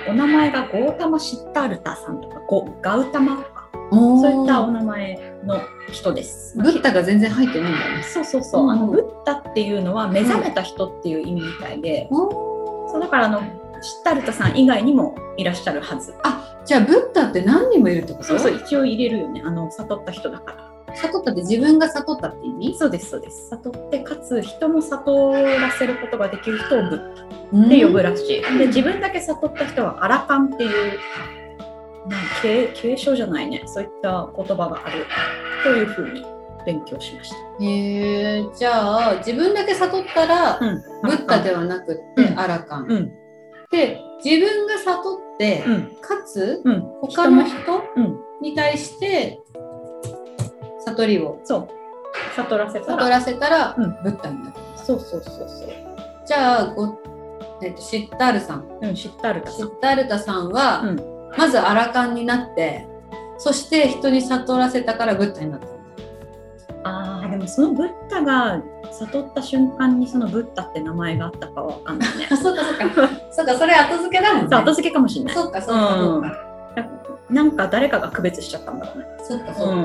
[SPEAKER 1] お名前がゴータマ・シッタールタさんとかゴガウタマとかそういったお名前の人です。
[SPEAKER 2] ブッダが全然入ってないんだね
[SPEAKER 1] そうそうそう、
[SPEAKER 2] うん
[SPEAKER 1] あのブッダっていうのは目覚めた人っていう意味みたいで、そうだからあのシッタールタさん以外にもいらっしゃるはず。
[SPEAKER 2] じゃあブッダって何人もいるってこと
[SPEAKER 1] そうそう一応入れるよねあの悟った人だから。
[SPEAKER 2] 悟ったって自分が悟ったって意味
[SPEAKER 1] そうですそうです悟ってかつ人も悟らせることができる人をブッダ
[SPEAKER 2] っ
[SPEAKER 1] って呼ぶらしい。で自分だけ悟った人はアラカンっていうなんか継継承じゃないねそういった言葉があるというふうに勉強しまし
[SPEAKER 2] へえじゃあ自分だけ悟ったら、
[SPEAKER 1] た。うん、
[SPEAKER 2] ブッダではなくって、
[SPEAKER 1] うん
[SPEAKER 2] アラカン、
[SPEAKER 1] うん
[SPEAKER 2] で自分が悟って、
[SPEAKER 1] うん
[SPEAKER 2] かつ
[SPEAKER 1] うん
[SPEAKER 2] 他の人
[SPEAKER 1] うん
[SPEAKER 2] に対して悟りを
[SPEAKER 1] そう悟らせた
[SPEAKER 2] 悟
[SPEAKER 1] ら
[SPEAKER 2] らせたら、
[SPEAKER 1] うん
[SPEAKER 2] ブッダになる
[SPEAKER 1] そうそうそうそう。
[SPEAKER 2] じゃあご、えっと、シッタールさん
[SPEAKER 1] うん知ったるか
[SPEAKER 2] シッタールタさんは、
[SPEAKER 1] うん
[SPEAKER 2] まずアラカンになってそして人に悟らせたからブッダになった
[SPEAKER 1] ああでもそのブッダが悟った瞬間にそのブッダって名前があったかはわかんない ね。
[SPEAKER 2] あそうかそうかそうかそれ後付けだもんね
[SPEAKER 1] そう後付けかもしれない。
[SPEAKER 2] そうかそうかそうか、
[SPEAKER 1] なんか誰かが区別しちゃったんだろうね。
[SPEAKER 2] そうかそうか、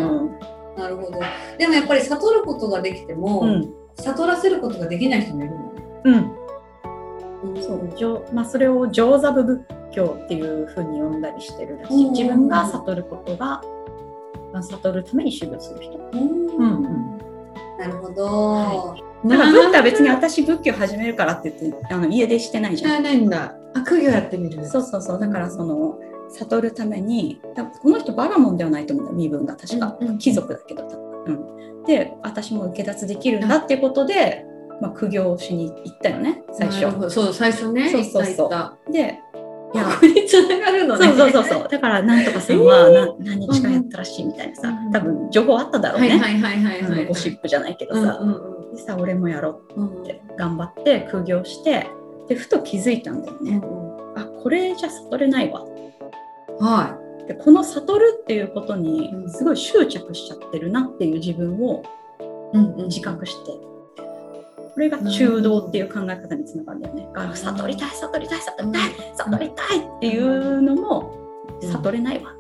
[SPEAKER 2] なるほどでもやっぱり悟ることができても、
[SPEAKER 1] うん
[SPEAKER 2] 悟らせることができない人もいるもんね、
[SPEAKER 1] うん。
[SPEAKER 2] そ
[SPEAKER 1] そう上まあ、それを上座部仏教っていうふうに呼んだりしてるらしい
[SPEAKER 2] うん
[SPEAKER 1] 自分が悟ることが、まあ、悟るために修行する人うんうん
[SPEAKER 2] なるほど、
[SPEAKER 1] はだからブッダは別に私仏教始めるからって言ってあの家出してないじゃん、
[SPEAKER 2] ないんだあ苦行やってみる
[SPEAKER 1] そうそうそうだからその悟るために多分この人バラモンではないと思うんだよ身分が確か、
[SPEAKER 2] うんうん
[SPEAKER 1] 貴族だけど多分、うん、で私も受け脱できるんだっていうことで、まあ、苦行しに行ったよね最
[SPEAKER 2] なる
[SPEAKER 1] 初
[SPEAKER 2] ほどそう最初ね
[SPEAKER 1] そうそうそう
[SPEAKER 2] 行った
[SPEAKER 1] でいや
[SPEAKER 2] 行ったここに繋がるのね
[SPEAKER 1] そうそうそう そう。だからなんとかさんはな、何日間やったらしいみたいなさ、
[SPEAKER 2] うんうん
[SPEAKER 1] 多分情報あっただろう
[SPEAKER 2] は
[SPEAKER 1] ね。
[SPEAKER 2] いはいはいはい
[SPEAKER 1] あ
[SPEAKER 2] は
[SPEAKER 1] の
[SPEAKER 2] い
[SPEAKER 1] ゴシップじゃないけど
[SPEAKER 2] うんう
[SPEAKER 1] さ、
[SPEAKER 2] ん
[SPEAKER 1] でさ俺もやろ
[SPEAKER 2] うん
[SPEAKER 1] うって頑張って苦行して、でふと気づいたんだよね。
[SPEAKER 2] うん
[SPEAKER 1] あこれじゃ悟れないわっ
[SPEAKER 2] は
[SPEAKER 1] でこの悟るっていうことに
[SPEAKER 2] うん
[SPEAKER 1] すごい執着しちゃってるなっていう自分を
[SPEAKER 2] うんうん
[SPEAKER 1] 自覚して、これが中道っていう考え方につながるんだよね。あ悟りたい悟りたい悟りたい悟りたいっていうのも
[SPEAKER 2] うん
[SPEAKER 1] 悟れないわ。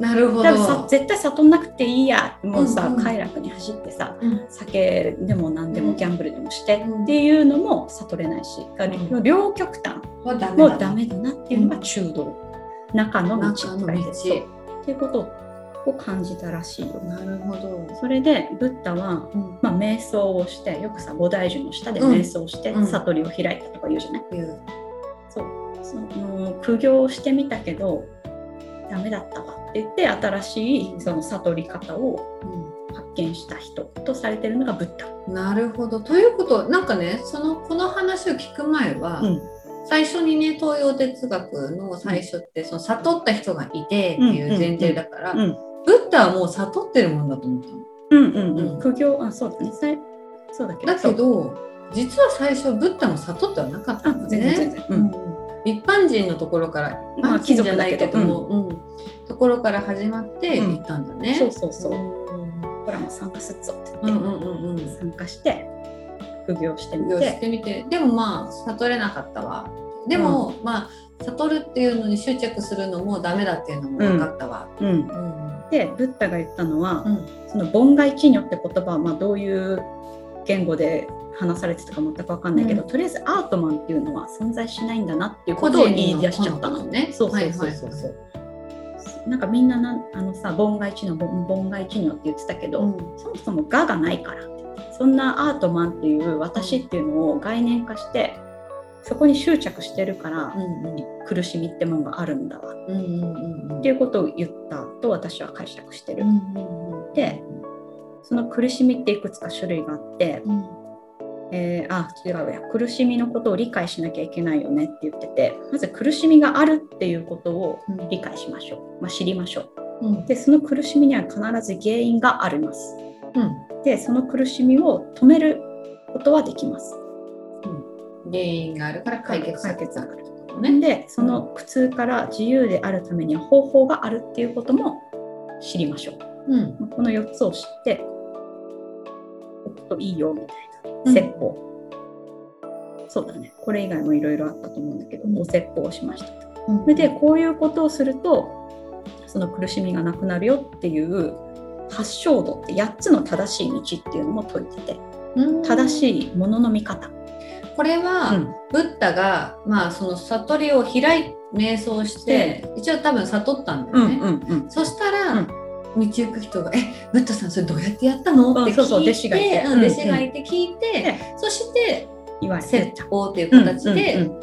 [SPEAKER 2] なるほ
[SPEAKER 1] だからさ
[SPEAKER 2] ど。
[SPEAKER 1] 絶対悟んなくていいやもうさ、
[SPEAKER 2] うんうん
[SPEAKER 1] 快楽に走ってさ
[SPEAKER 2] うん
[SPEAKER 1] 酒でも何で
[SPEAKER 2] う
[SPEAKER 1] も
[SPEAKER 2] ん
[SPEAKER 1] ギャンブルでもして
[SPEAKER 2] うん
[SPEAKER 1] っていうのも悟れないし、だから
[SPEAKER 2] う
[SPEAKER 1] 両極端
[SPEAKER 2] はダメ
[SPEAKER 1] もう
[SPEAKER 2] だ。
[SPEAKER 1] ダメだなっていうのが中道、中の道
[SPEAKER 2] 中の
[SPEAKER 1] って書いて
[SPEAKER 2] 道。
[SPEAKER 1] あるっていうことを感じたらしいよね。
[SPEAKER 2] なるほど。
[SPEAKER 1] それでブッダは
[SPEAKER 2] うん。
[SPEAKER 1] まあ、瞑想をしてよくさ菩提樹の下で
[SPEAKER 2] うん
[SPEAKER 1] 瞑想して、
[SPEAKER 2] うん
[SPEAKER 1] 悟りを開いたとか言うじゃない、
[SPEAKER 2] いう
[SPEAKER 1] そうその苦行をしてみたけどダメだったわって言って新しいその悟り方を発見した人とされてるのがブッダ。
[SPEAKER 2] うんなるほど。ということはなんかねそのこの話を聞く前は、
[SPEAKER 1] うん
[SPEAKER 2] 最初にね東洋哲学の最初ってその悟った人がいてっていう前提だから、
[SPEAKER 1] うん
[SPEAKER 2] ブッダはもう悟ってるもんだと思ったの。
[SPEAKER 1] うんうんうん
[SPEAKER 2] うん
[SPEAKER 1] 苦行あそうだねさいそうだけど
[SPEAKER 2] だけど実は最初ブッダも悟ってはなかった
[SPEAKER 1] あ
[SPEAKER 2] んです
[SPEAKER 1] 全然
[SPEAKER 2] ね
[SPEAKER 1] 全。然、う
[SPEAKER 2] うん
[SPEAKER 1] ん
[SPEAKER 2] 一般人のところから、
[SPEAKER 1] まあ
[SPEAKER 2] 一般人じゃないけど
[SPEAKER 1] 貴族だけど
[SPEAKER 2] も、うんところから始まって
[SPEAKER 1] うん
[SPEAKER 2] 行ったんだね。
[SPEAKER 1] そうそうそう、
[SPEAKER 2] う
[SPEAKER 1] ほらもう参加すっぞって
[SPEAKER 2] んう
[SPEAKER 1] 言
[SPEAKER 2] ん
[SPEAKER 1] って、
[SPEAKER 2] うんうん。
[SPEAKER 1] 参加して苦行してみ
[SPEAKER 2] よ
[SPEAKER 1] て
[SPEAKER 2] してみてでもまあ悟れなかったわでも、まあ悟るっていうのに執着するのもダメだっていうのも分かったわ、
[SPEAKER 1] うん
[SPEAKER 2] うん
[SPEAKER 1] でブッダが言ったのは、
[SPEAKER 2] うん
[SPEAKER 1] その盆外知女って言葉はまあどういう言語で話されてたか全く分かんないけど、
[SPEAKER 2] う
[SPEAKER 1] とりあえずアートマンっていうのは存在しないんだなっていうことを言い出しちゃった
[SPEAKER 2] 個人の
[SPEAKER 1] の
[SPEAKER 2] 本能ね
[SPEAKER 1] そうそう
[SPEAKER 2] は
[SPEAKER 1] そう
[SPEAKER 2] いはい
[SPEAKER 1] そ
[SPEAKER 2] そうう
[SPEAKER 1] そ
[SPEAKER 2] そう
[SPEAKER 1] なんかみんななんあのさ盆外知女盆盆外知女って言ってたけど、
[SPEAKER 2] うん
[SPEAKER 1] そもそも「が」がないからそんなアートマンっていう私っていうのを概念化してそこに執着してるから、苦しみってもんがあるんだわっ
[SPEAKER 2] うんうんうんうん
[SPEAKER 1] ていうことを言ったと私は解釈してる。
[SPEAKER 2] うんうんうん
[SPEAKER 1] でその苦しみっていくつか種類があって、
[SPEAKER 2] うん
[SPEAKER 1] えーあ違うや苦しみのことを理解しなきゃいけないよねって言っててまず苦しみがあるっていうことを
[SPEAKER 2] うん
[SPEAKER 1] 理解しましょう、まあ、知りましょう
[SPEAKER 2] うん
[SPEAKER 1] でその苦しみには必ず原因があります
[SPEAKER 2] うん
[SPEAKER 1] でその苦しみを止めることはできます
[SPEAKER 2] 原因があるから解決策
[SPEAKER 1] 解決策
[SPEAKER 2] があるってことね
[SPEAKER 1] でその苦痛から自由であるためには方法があるっていうことも知りましょう
[SPEAKER 2] うん
[SPEAKER 1] この4つを知っておくといいよみた
[SPEAKER 2] う
[SPEAKER 1] いなん説法、そうだねこれ以外もいろいろあったと思うんだけど、
[SPEAKER 2] うん
[SPEAKER 1] お説法をしましたと
[SPEAKER 2] うん
[SPEAKER 1] それでこういうことをするとその苦しみがなくなるよっていう八正道って8つの正しい道っていうのも解いてて
[SPEAKER 2] うん
[SPEAKER 1] 正しいものの見方、
[SPEAKER 2] これは、
[SPEAKER 1] うん
[SPEAKER 2] ブッダがまあその悟りを開い瞑想して一応多分悟ったんだよね、
[SPEAKER 1] ん
[SPEAKER 2] そしたら、
[SPEAKER 1] うん
[SPEAKER 2] 道行く人が「えブッダさんそれどうやってやったの?」って聞いて
[SPEAKER 1] そうそう弟子がいて
[SPEAKER 2] うん弟子がいて聞いて、
[SPEAKER 1] ね
[SPEAKER 2] そして
[SPEAKER 1] 言われて
[SPEAKER 2] 説法っていう
[SPEAKER 1] うん
[SPEAKER 2] 形
[SPEAKER 1] うん
[SPEAKER 2] で
[SPEAKER 1] うん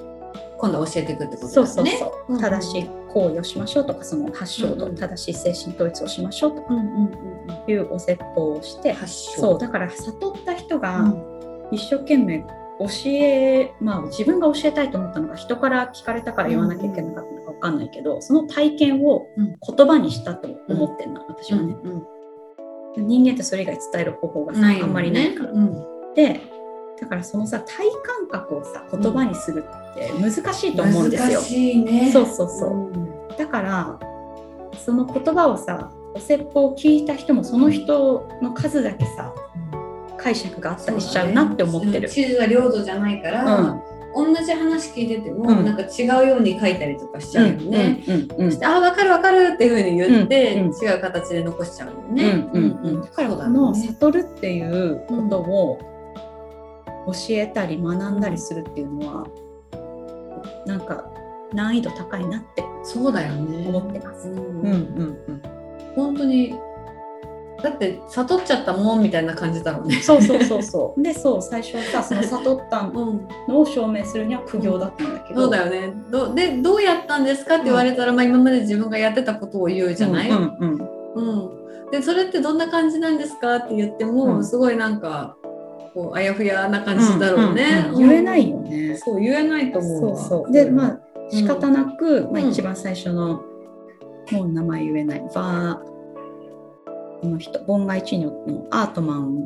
[SPEAKER 2] 今度は教えていくってこ
[SPEAKER 1] そ
[SPEAKER 2] と
[SPEAKER 1] う
[SPEAKER 2] で
[SPEAKER 1] そ
[SPEAKER 2] す
[SPEAKER 1] う
[SPEAKER 2] ね。
[SPEAKER 1] そう、
[SPEAKER 2] うんうん
[SPEAKER 1] 正しい行為をしましょうとかその八正道、
[SPEAKER 2] うんうん
[SPEAKER 1] 正しい精神統一をしましょうとか
[SPEAKER 2] うんうんうんうん
[SPEAKER 1] いうお説法をして
[SPEAKER 2] 発祥
[SPEAKER 1] そうだから悟った人
[SPEAKER 2] う
[SPEAKER 1] が
[SPEAKER 2] ん
[SPEAKER 1] 一生懸命教え、まあ、自分が教えたいと思ったのか人から聞かれたから言わなきゃいけなかったのか分かんないけどその体験を
[SPEAKER 2] うん
[SPEAKER 1] 言葉にしたと思ってんだ、私はね、
[SPEAKER 2] うん
[SPEAKER 1] 人間ってそれ以外伝える方法が
[SPEAKER 2] う
[SPEAKER 1] さ
[SPEAKER 2] んないよね
[SPEAKER 1] あんまりないから、
[SPEAKER 2] うん
[SPEAKER 1] でだからそのさ体感覚をさ言葉にするって難しいと思うんですよ
[SPEAKER 2] 難、しいね。
[SPEAKER 1] そうそうそう
[SPEAKER 2] うん
[SPEAKER 1] だからその言葉をさお説法を聞いた人もその人の数だけさ解釈があったりしちゃうなって思ってる。
[SPEAKER 2] 地図は領土じゃないから、
[SPEAKER 1] うん
[SPEAKER 2] 同じ話聞いてても、
[SPEAKER 1] うん
[SPEAKER 2] なんか違うように書いたりとかしちゃうよね。
[SPEAKER 1] うんうんうん
[SPEAKER 2] そしてああ分かる分かるっていうふうに言って、
[SPEAKER 1] うんうん
[SPEAKER 2] 違う形で残しちゃうんだよね。
[SPEAKER 1] うんうんうん、だ
[SPEAKER 2] だ
[SPEAKER 1] か
[SPEAKER 2] からら
[SPEAKER 1] こ
[SPEAKER 2] こ
[SPEAKER 1] の
[SPEAKER 2] の、
[SPEAKER 1] 悟るっていうことを教えたり学んだりするっていうのはなんか難易度高いなって
[SPEAKER 2] そうだよね
[SPEAKER 1] 思ってます
[SPEAKER 2] うん
[SPEAKER 1] うん
[SPEAKER 2] 本当にだって悟っちゃったもんみたいな感じだろう
[SPEAKER 1] う
[SPEAKER 2] ね。
[SPEAKER 1] ん、そうそうそう そうでそう最初はさその悟った
[SPEAKER 2] うん、
[SPEAKER 1] のを証明するには苦行だったんだけど、
[SPEAKER 2] そうだよねどでどうやったんですかって言われたら、まあ、今まで自分がやってたことを言うじゃない、
[SPEAKER 1] う
[SPEAKER 2] うんん
[SPEAKER 1] うん
[SPEAKER 2] でそれってどんな感じなんですかって言っても、
[SPEAKER 1] うん
[SPEAKER 2] すごいなんかこうあやふやな感じだろうね。
[SPEAKER 1] うんうんうん言えない
[SPEAKER 2] よ、
[SPEAKER 1] よね
[SPEAKER 2] そう言えないと思う
[SPEAKER 1] そ
[SPEAKER 2] わ
[SPEAKER 1] うそうでまあ
[SPEAKER 2] うん
[SPEAKER 1] 仕方なく、まあ、
[SPEAKER 2] うん
[SPEAKER 1] 一番最初の、もう名前言えないバーの人ボンガイチーニョのアートマン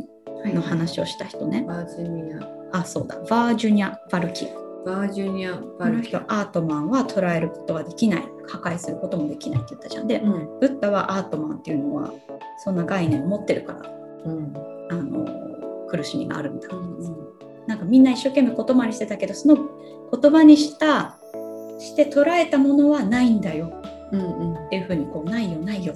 [SPEAKER 1] の話をした人ね、
[SPEAKER 2] バージニア
[SPEAKER 1] あそうだバージュニア・バルキア
[SPEAKER 2] バージュニア・
[SPEAKER 1] こ
[SPEAKER 2] バ
[SPEAKER 1] の
[SPEAKER 2] ルキ
[SPEAKER 1] 人
[SPEAKER 2] ュ
[SPEAKER 1] アートマンは捉えることはできない破壊することもできないって言ったじゃんで、
[SPEAKER 2] うん
[SPEAKER 1] ブッダはアートマンっていうのはそんな概念を持ってるから
[SPEAKER 2] うん
[SPEAKER 1] あの苦しみがあるんだ、
[SPEAKER 2] うん
[SPEAKER 1] なんかみんな一生懸命言葉にしてたけどその言葉にしたして捉えたものはないんだよ
[SPEAKER 2] うんうん
[SPEAKER 1] っていうふうにこうないよないよっ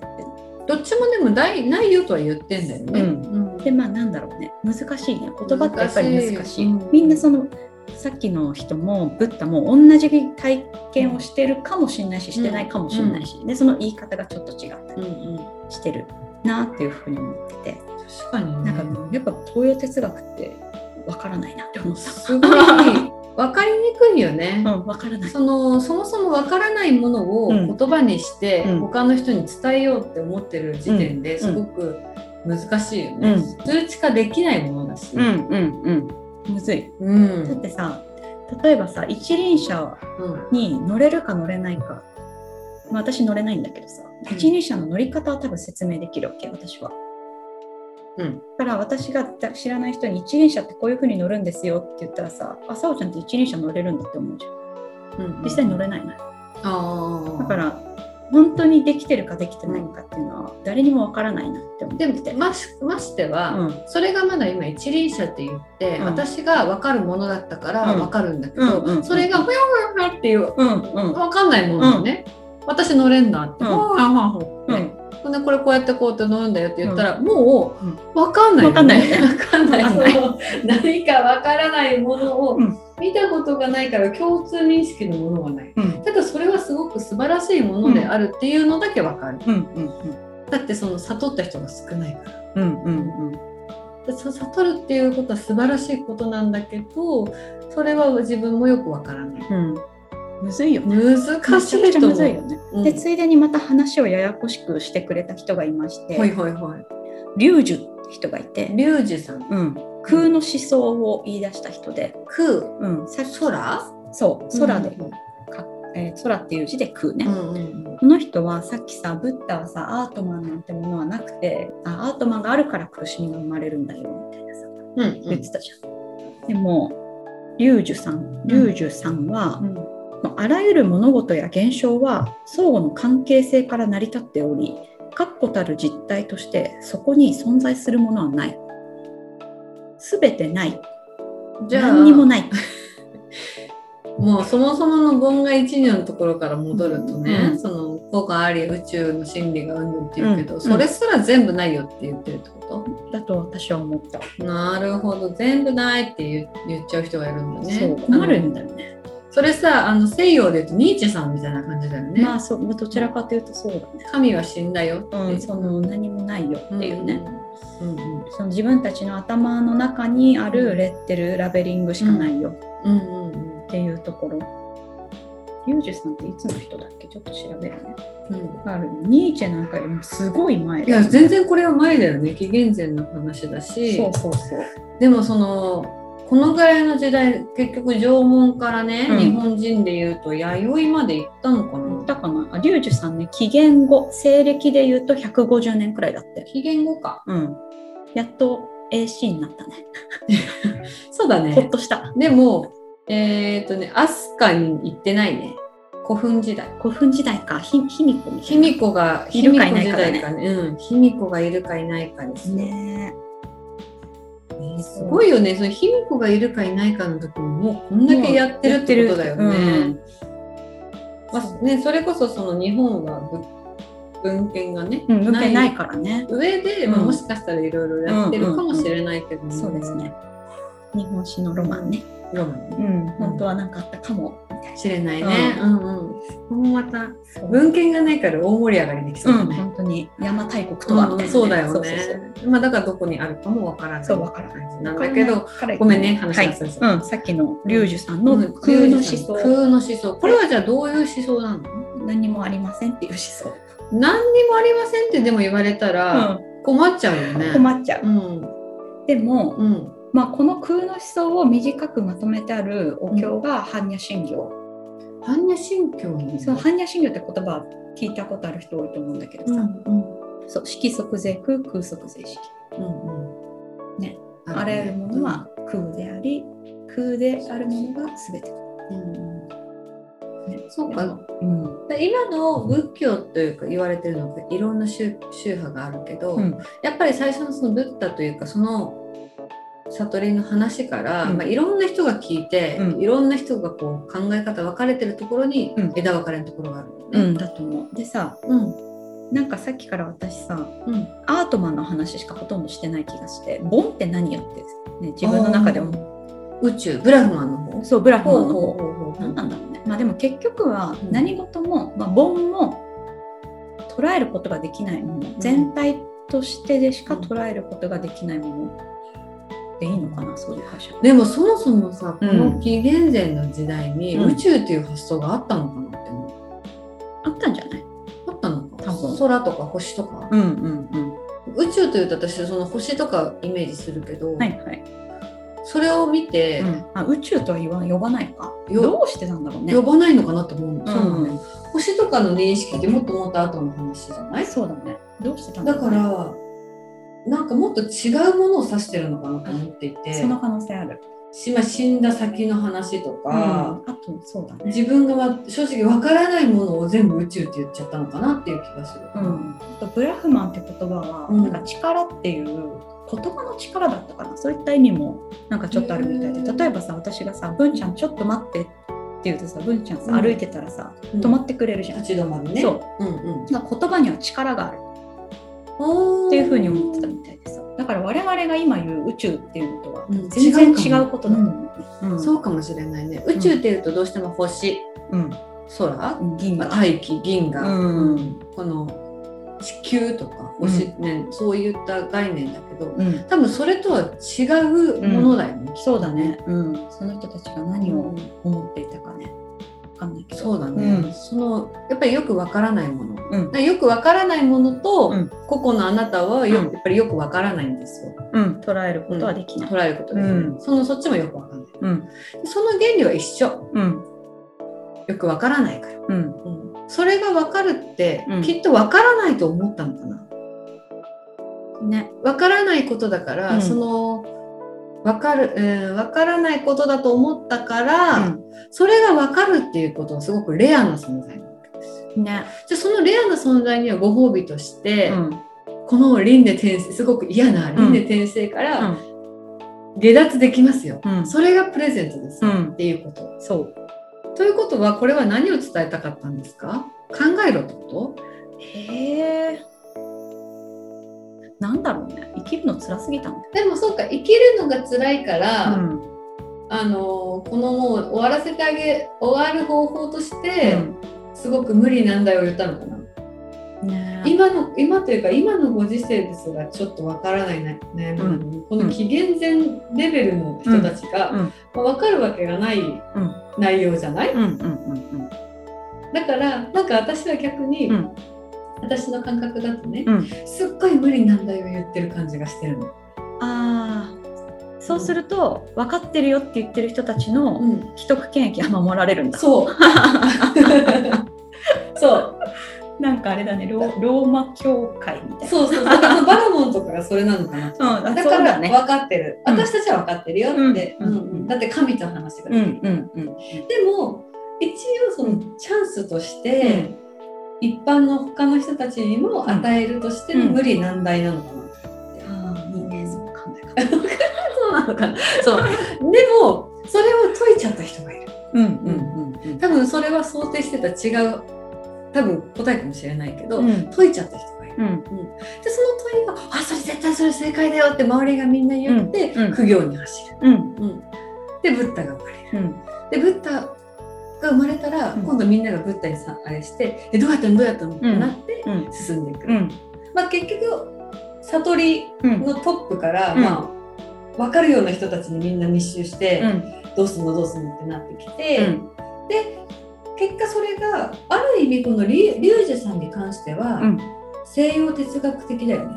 [SPEAKER 2] どっちもでもないないよとは言ってんだよね。
[SPEAKER 1] うん
[SPEAKER 2] うん
[SPEAKER 1] てでまあなんだろうね難しいね言葉ってやっぱり難しい
[SPEAKER 2] 難しいうん
[SPEAKER 1] みんなそのさっきの人もブッダも同じ体験をしてるかもしれないししてないかもしれないし、でその言い方がちょっと違った
[SPEAKER 2] う
[SPEAKER 1] り
[SPEAKER 2] んうん、
[SPEAKER 1] してるなっていうふうに思ってて
[SPEAKER 2] 確かにね、
[SPEAKER 1] なんかやっぱ東洋哲学ってわからないなって思った。
[SPEAKER 2] すごい分かりにくい よね。
[SPEAKER 1] うん、わからない。
[SPEAKER 2] そのそもそも分からないものを
[SPEAKER 1] うん
[SPEAKER 2] 言葉にして、
[SPEAKER 1] うん
[SPEAKER 2] 他の人に伝えようって思ってる時点で
[SPEAKER 1] ん
[SPEAKER 2] すごく難しいよね、
[SPEAKER 1] うん
[SPEAKER 2] 数値化できないものだし、
[SPEAKER 1] んうんうん。むずい。
[SPEAKER 2] う
[SPEAKER 1] だっ
[SPEAKER 2] ん
[SPEAKER 1] てさ、例えばさ、一輪車
[SPEAKER 2] うん
[SPEAKER 1] に乗れるか乗れないか。まあ私乗れないんだけどさ、
[SPEAKER 2] うん
[SPEAKER 1] 一輪車の乗り方は多分説明できるわけ、私は。
[SPEAKER 2] うん
[SPEAKER 1] だから私が知らない人に一輪車ってこういう風に乗るんですよって言ったらさ、あ、さおちゃんって一輪車乗れるんだって思うじゃん。
[SPEAKER 2] うん、
[SPEAKER 1] 実際乗れないのよ。
[SPEAKER 2] あ
[SPEAKER 1] だからら、本当にできてるかできてないかっていうのは誰にもわからないなって思っ
[SPEAKER 2] で
[SPEAKER 1] てて。
[SPEAKER 2] もましましては、
[SPEAKER 1] うん
[SPEAKER 2] それがまだ今一輪車って言って、
[SPEAKER 1] うん
[SPEAKER 2] 私が分かるものだったから
[SPEAKER 1] うん
[SPEAKER 2] 分かるんだけど、
[SPEAKER 1] うんうん
[SPEAKER 2] それがふやふやふやっていう
[SPEAKER 1] うんうん
[SPEAKER 2] 分かんないものだね、私乗れんなって、
[SPEAKER 1] うん
[SPEAKER 2] ふわふわふわふわって、ほんでこれこうやってこうやって乗るんだよって言ったら、も
[SPEAKER 1] うん
[SPEAKER 2] う分かんない、
[SPEAKER 1] わかんない
[SPEAKER 2] 分かんない
[SPEAKER 1] わかんない
[SPEAKER 2] その何か分からないものを
[SPEAKER 1] うん
[SPEAKER 2] 見たことがないから共通認識のものはない
[SPEAKER 1] うん
[SPEAKER 2] ただそれはすごく素晴らしいものであるっていうのだけ分かる、
[SPEAKER 1] うんうん
[SPEAKER 2] だってその悟った人が少ないから
[SPEAKER 1] うんうん
[SPEAKER 2] でそ悟るっていうことは素晴らしいことなんだけどそれは自分もよく分からない
[SPEAKER 1] うんむずいよね。
[SPEAKER 2] 難しいと
[SPEAKER 1] む
[SPEAKER 2] 思
[SPEAKER 1] ずいうよね。
[SPEAKER 2] うん
[SPEAKER 1] でついでにまた話をややこしくしてくれた人がいまして、
[SPEAKER 2] はいはいはい
[SPEAKER 1] リュージュって人がいて、
[SPEAKER 2] リュウジさん
[SPEAKER 1] うん、空の思想を言い出した人で、
[SPEAKER 2] 空
[SPEAKER 1] うん、さっき
[SPEAKER 2] 空
[SPEAKER 1] そう空で、かえー空っていう字で空ね。
[SPEAKER 2] うんうん
[SPEAKER 1] この人はさっきさブッダはさアートマンなんてものはなくてあアートマンがあるから苦しみが生まれるんだよみたいなさ
[SPEAKER 2] うん
[SPEAKER 1] 言ってたじゃん。でもリュージュさんリュージュさんは、
[SPEAKER 2] うん
[SPEAKER 1] あらゆる物事や現象は相互の関係性から成り立っており確固たる実体としてそこに存在するものはないすべてない
[SPEAKER 2] じゃあ
[SPEAKER 1] 何にもない
[SPEAKER 2] もうそもそもの言が一二のところから戻るとね、
[SPEAKER 1] うん
[SPEAKER 2] その効果あり宇宙の真理がうんぬんって言うけど、
[SPEAKER 1] うん
[SPEAKER 2] それすら全部ないよって言ってるってこ
[SPEAKER 1] だと私は思った、
[SPEAKER 2] と、なるほど全部ないって言う言っちゃう人がいるんだね
[SPEAKER 1] そう困る
[SPEAKER 2] あの
[SPEAKER 1] んだよね
[SPEAKER 2] それさあの西洋で言うとニーチェさんみたいな感じだよね、
[SPEAKER 1] まあそうどちらかというとそうだね、
[SPEAKER 2] 神は死んだよって、
[SPEAKER 1] うん、その何もないよっていうね、
[SPEAKER 2] うんうん
[SPEAKER 1] その自分たちの頭の中にあるレッテルラベリングしかないよ
[SPEAKER 2] うんうんうん
[SPEAKER 1] っていうところ、リュウジュさんっていつの人だっけちょっと調べるね
[SPEAKER 2] うん
[SPEAKER 1] あるニーチェなんかよりもすごい前
[SPEAKER 2] いや全然これは前だよね紀元前の話だし
[SPEAKER 1] そうそうそう
[SPEAKER 2] でもそのこのぐらいの時代結局縄文からね、
[SPEAKER 1] うん
[SPEAKER 2] 日本人でいうと弥生まで行ったのか
[SPEAKER 1] 言っ
[SPEAKER 2] な
[SPEAKER 1] たかなあリュウジュさんね紀元後西暦で言うと150年くらいだって
[SPEAKER 2] 紀元後か
[SPEAKER 1] うんやっと AC になったね
[SPEAKER 2] そうだ
[SPEAKER 1] ほっ
[SPEAKER 2] ね
[SPEAKER 1] とした
[SPEAKER 2] でもえっ、とね飛鳥に行ってないね古墳時代
[SPEAKER 1] 古墳時代かひ卑弥呼みたい
[SPEAKER 2] 卑
[SPEAKER 1] な
[SPEAKER 2] 弥呼が
[SPEAKER 1] いるかいないかだね
[SPEAKER 2] 卑弥呼時代かねうん卑弥呼がいるかいないかですね、
[SPEAKER 1] ね
[SPEAKER 2] すごいよねその卑弥呼がいるかいないかの時ももうこんだけやってるってことだよね、
[SPEAKER 1] うん
[SPEAKER 2] まあ、ねそれこそその日本は文文献がね、
[SPEAKER 1] うん向けないからね
[SPEAKER 2] 上で、まあ、
[SPEAKER 1] うん
[SPEAKER 2] もしかしたらいろいろやってるかもしれないけど、
[SPEAKER 1] そうですね日本史のロマンね
[SPEAKER 2] ロマンね
[SPEAKER 1] うん本当は何かあったかもみたい
[SPEAKER 2] 知れないね、うんうんもうまた
[SPEAKER 1] な
[SPEAKER 2] 文献がないから大盛り上がりできそううだ
[SPEAKER 1] ん
[SPEAKER 2] ね、
[SPEAKER 1] 本当に邪馬台国
[SPEAKER 2] う
[SPEAKER 1] と
[SPEAKER 2] ん
[SPEAKER 1] はみたいな
[SPEAKER 2] そうだよ
[SPEAKER 1] そうそうそう
[SPEAKER 2] ねまあだからどこにあるかもわからない
[SPEAKER 1] そうわから
[SPEAKER 2] 感じなんだけど、ごめんね話がそれそれ
[SPEAKER 1] はいうん、さっきのリュウジュさんの
[SPEAKER 2] うん
[SPEAKER 1] 空の思想、
[SPEAKER 2] 空の思想これはじゃあどういう思想なの
[SPEAKER 1] 何もありませんっていう思想、
[SPEAKER 2] 何にもありませんってでも言われたら困っちゃうよね、
[SPEAKER 1] 困っちゃう、
[SPEAKER 2] うん
[SPEAKER 1] でも、
[SPEAKER 2] うん
[SPEAKER 1] まあ、この空の思想を短くまとめてあるお経が般若心経、
[SPEAKER 2] 般若心経の
[SPEAKER 1] その般若心経って言葉聞いたことある人多いと思うんだけど
[SPEAKER 2] う
[SPEAKER 1] さ、
[SPEAKER 2] んうん
[SPEAKER 1] そう色即是空空即是色
[SPEAKER 2] うんうん
[SPEAKER 1] ねあらゆるものは空であり空であるものが全て
[SPEAKER 2] そう
[SPEAKER 1] で
[SPEAKER 2] か
[SPEAKER 1] もうん
[SPEAKER 2] で今の仏教というか言われてるのがいろんな宗宗派があるけど、
[SPEAKER 1] うん
[SPEAKER 2] やっぱり最初のそのブッダというかその悟りの話から、
[SPEAKER 1] うん
[SPEAKER 2] まあ、いろんな人が聞いて、
[SPEAKER 1] うん
[SPEAKER 2] いろんな人がこう考え方分かれてるところに
[SPEAKER 1] うん
[SPEAKER 2] 枝分かれのところがあるんだ
[SPEAKER 1] う
[SPEAKER 2] よね。
[SPEAKER 1] ん、だと思うでさ
[SPEAKER 2] うん
[SPEAKER 1] なんかさっきから私さ
[SPEAKER 2] うん
[SPEAKER 1] アートマンの話しかほとんどしてない気がしてボンって何よって、ね、自分の中でも
[SPEAKER 2] 宇宙ブラフマンの方
[SPEAKER 1] そうブラフマンの方
[SPEAKER 2] ほ
[SPEAKER 1] 何なんだろうねまあでも結局は
[SPEAKER 2] うん
[SPEAKER 1] 何事も、まあ、盆も捉えることができないもの、全体としてでしか捉えることができないものでいいのかなそういう会社
[SPEAKER 2] でもそもそもさこ
[SPEAKER 1] うん
[SPEAKER 2] の紀元前の時代に
[SPEAKER 1] うん
[SPEAKER 2] 宇宙っていう発想があったのかなって思
[SPEAKER 1] あ
[SPEAKER 2] う
[SPEAKER 1] ったんじゃない
[SPEAKER 2] あったのか
[SPEAKER 1] 多分
[SPEAKER 2] 空とか星とか、
[SPEAKER 1] うんうんうん
[SPEAKER 2] 宇宙というと私その星とかイメージするけど、
[SPEAKER 1] はいはい、
[SPEAKER 2] それを見て、
[SPEAKER 1] あ宇宙とは言わ呼ばないのか
[SPEAKER 2] よ
[SPEAKER 1] どうしてなんだろうね
[SPEAKER 2] 呼ばないのかなって思うの、
[SPEAKER 1] うん
[SPEAKER 2] そうなのよ星とかの認識ってもっともっと後の話じゃない
[SPEAKER 1] そうだねどうしてたんだ
[SPEAKER 2] だ
[SPEAKER 1] ろ
[SPEAKER 2] か
[SPEAKER 1] うね
[SPEAKER 2] らなんかもっと違うものを指してるのかなと思っていて、
[SPEAKER 1] その可能性ある
[SPEAKER 2] しまあ死んだ先の話とか、
[SPEAKER 1] うんあとそうだね
[SPEAKER 2] 自分がま正直わからないものを全部宇宙って言っちゃったのかなっていう気がする。
[SPEAKER 1] うん、あとブラフマンって言葉は、
[SPEAKER 2] うん
[SPEAKER 1] なんか力っていう言葉の力だったかなそういった意味もなんかちょっとあるみたい
[SPEAKER 2] へ
[SPEAKER 1] で
[SPEAKER 2] ー
[SPEAKER 1] 例えばさ私がさ「文ちゃんちょっと待って」って言うとさ文ちゃんさ、
[SPEAKER 2] うん
[SPEAKER 1] 歩いてたらさ
[SPEAKER 2] うん
[SPEAKER 1] 止まってくれるじゃん、
[SPEAKER 2] 立ち止まるね。
[SPEAKER 1] そう
[SPEAKER 2] うんうん
[SPEAKER 1] だから言葉には力がある
[SPEAKER 2] おー
[SPEAKER 1] っていうふうに思ってたみたいでさだから我々が今言う宇宙っていうのとは
[SPEAKER 2] うん
[SPEAKER 1] 全然
[SPEAKER 2] 違う
[SPEAKER 1] 違
[SPEAKER 2] かも
[SPEAKER 1] うことだと思う、うん
[SPEAKER 2] そうかもしれないね。宇宙っていうとどうしても星、
[SPEAKER 1] うん
[SPEAKER 2] 空、
[SPEAKER 1] 銀
[SPEAKER 2] まあ
[SPEAKER 1] 河、
[SPEAKER 2] 大気、銀河、
[SPEAKER 1] うん
[SPEAKER 2] この地球とか星、ね、そういった概念だけど、
[SPEAKER 1] うん
[SPEAKER 2] 多分それとは違うものだよね。
[SPEAKER 1] そうだね、うん、その人たちが何を思っていたかね分かんないけど
[SPEAKER 2] そうだね、
[SPEAKER 1] うん
[SPEAKER 2] そのやっぱりよくわからないもの、だ
[SPEAKER 1] うん
[SPEAKER 2] からよくわからないものと、
[SPEAKER 1] うん
[SPEAKER 2] 個々のあなたはよ
[SPEAKER 1] うん
[SPEAKER 2] やっぱりよくわからないんですよ
[SPEAKER 1] うん、捉えることはできない、
[SPEAKER 2] 捉えることで、ね
[SPEAKER 1] うん
[SPEAKER 2] そのそっちもよくわかんない
[SPEAKER 1] うん
[SPEAKER 2] その原理は一緒
[SPEAKER 1] うん
[SPEAKER 2] よくわからないから、
[SPEAKER 1] うん、
[SPEAKER 2] それがわかるって、
[SPEAKER 1] うん
[SPEAKER 2] きっとわからないと思ったのかな
[SPEAKER 1] ね、
[SPEAKER 2] わからないことだから、
[SPEAKER 1] うん
[SPEAKER 2] そのわかる、うん、わからないことだと思ったから、それがわかるっていうことはすごくレアな存在なんですよ。
[SPEAKER 1] ね、
[SPEAKER 2] じゃあそのレアな存在にはご褒美として、
[SPEAKER 1] うん、
[SPEAKER 2] この輪廻転生すごく嫌な輪廻転生から下脱できますよ。
[SPEAKER 1] うん、
[SPEAKER 2] それがプレゼントです、
[SPEAKER 1] うん
[SPEAKER 2] っていうこと。
[SPEAKER 1] そう、
[SPEAKER 2] ということはこれは何を伝えたかったんですか考えろってこ
[SPEAKER 1] へえ、なんだろうね、生きるの辛すぎたんだ
[SPEAKER 2] とでもそうか生きるのが辛いから、
[SPEAKER 1] ん、
[SPEAKER 2] あのこのもう終わらせてあげ終わる方法として、すごく無理難題を言ったのかな。
[SPEAKER 1] ね、
[SPEAKER 2] 今の今というか今のご時世ですらちょっとわからないな悩みなのに、この紀元前レベルの人たちが、
[SPEAKER 1] うんうん
[SPEAKER 2] まあ、わかるわけがない内容じゃない、
[SPEAKER 1] うんうんうん
[SPEAKER 2] だからなんか私は逆に、
[SPEAKER 1] うん
[SPEAKER 2] 私の感覚だとね、
[SPEAKER 1] うん
[SPEAKER 2] すっごい無理難題を言ってる感じがしてるの。
[SPEAKER 1] うん、ああ、そうすると分かってるよって言ってる人たちの
[SPEAKER 2] うん、
[SPEAKER 1] 既得権益は守られるんだ。
[SPEAKER 2] そう そう
[SPEAKER 1] なんかあれだね、ローローマ教会みたいな。
[SPEAKER 2] そうそうだからバラモンとかがそれなのかな
[SPEAKER 1] うん、あ
[SPEAKER 2] だ
[SPEAKER 1] そ
[SPEAKER 2] か
[SPEAKER 1] う
[SPEAKER 2] ら
[SPEAKER 1] だ
[SPEAKER 2] 分
[SPEAKER 1] ね。
[SPEAKER 2] かってる、
[SPEAKER 1] うん
[SPEAKER 2] 私たちは分かってるよって、
[SPEAKER 1] うん
[SPEAKER 2] うんうんだって神と話ができる
[SPEAKER 1] うんうんうん。
[SPEAKER 2] でも一応そのチャンスとして、一般の他の人たちにも与えるとしての
[SPEAKER 1] うん
[SPEAKER 2] 無理難題なのかな、
[SPEAKER 1] ああ、いいね、その考え方。
[SPEAKER 2] そうなのかなそうでもそれを解いちゃった人がいる
[SPEAKER 1] うんうんうんうん。
[SPEAKER 2] 多分それは想定してた違う多分答えかもしれないけど、
[SPEAKER 1] うん
[SPEAKER 2] 解いちゃった人がいる
[SPEAKER 1] うん
[SPEAKER 2] でその問いが「あそれ絶対それ正解だよ」って周りがみんな言って、
[SPEAKER 1] うんうん
[SPEAKER 2] 苦行に走る、
[SPEAKER 1] うん
[SPEAKER 2] でブッダが生まれる
[SPEAKER 1] うん。
[SPEAKER 2] でブッダが生まれたら、
[SPEAKER 1] うん
[SPEAKER 2] 今度みんながブッダにさあれして「えどうやったのどうやったの?」ってなって
[SPEAKER 1] うんうん
[SPEAKER 2] 進んでいく、
[SPEAKER 1] うん
[SPEAKER 2] まあ、結局悟り
[SPEAKER 1] うん
[SPEAKER 2] のトップから、
[SPEAKER 1] うん
[SPEAKER 2] まあ、分かるような人たちにみんな密集して、
[SPEAKER 1] うん
[SPEAKER 2] どうすんのどうすんのってなってきて、
[SPEAKER 1] うん
[SPEAKER 2] 結果それがある意味このリュリュウジさんに関しては、
[SPEAKER 1] うん
[SPEAKER 2] 西洋哲学的だよね。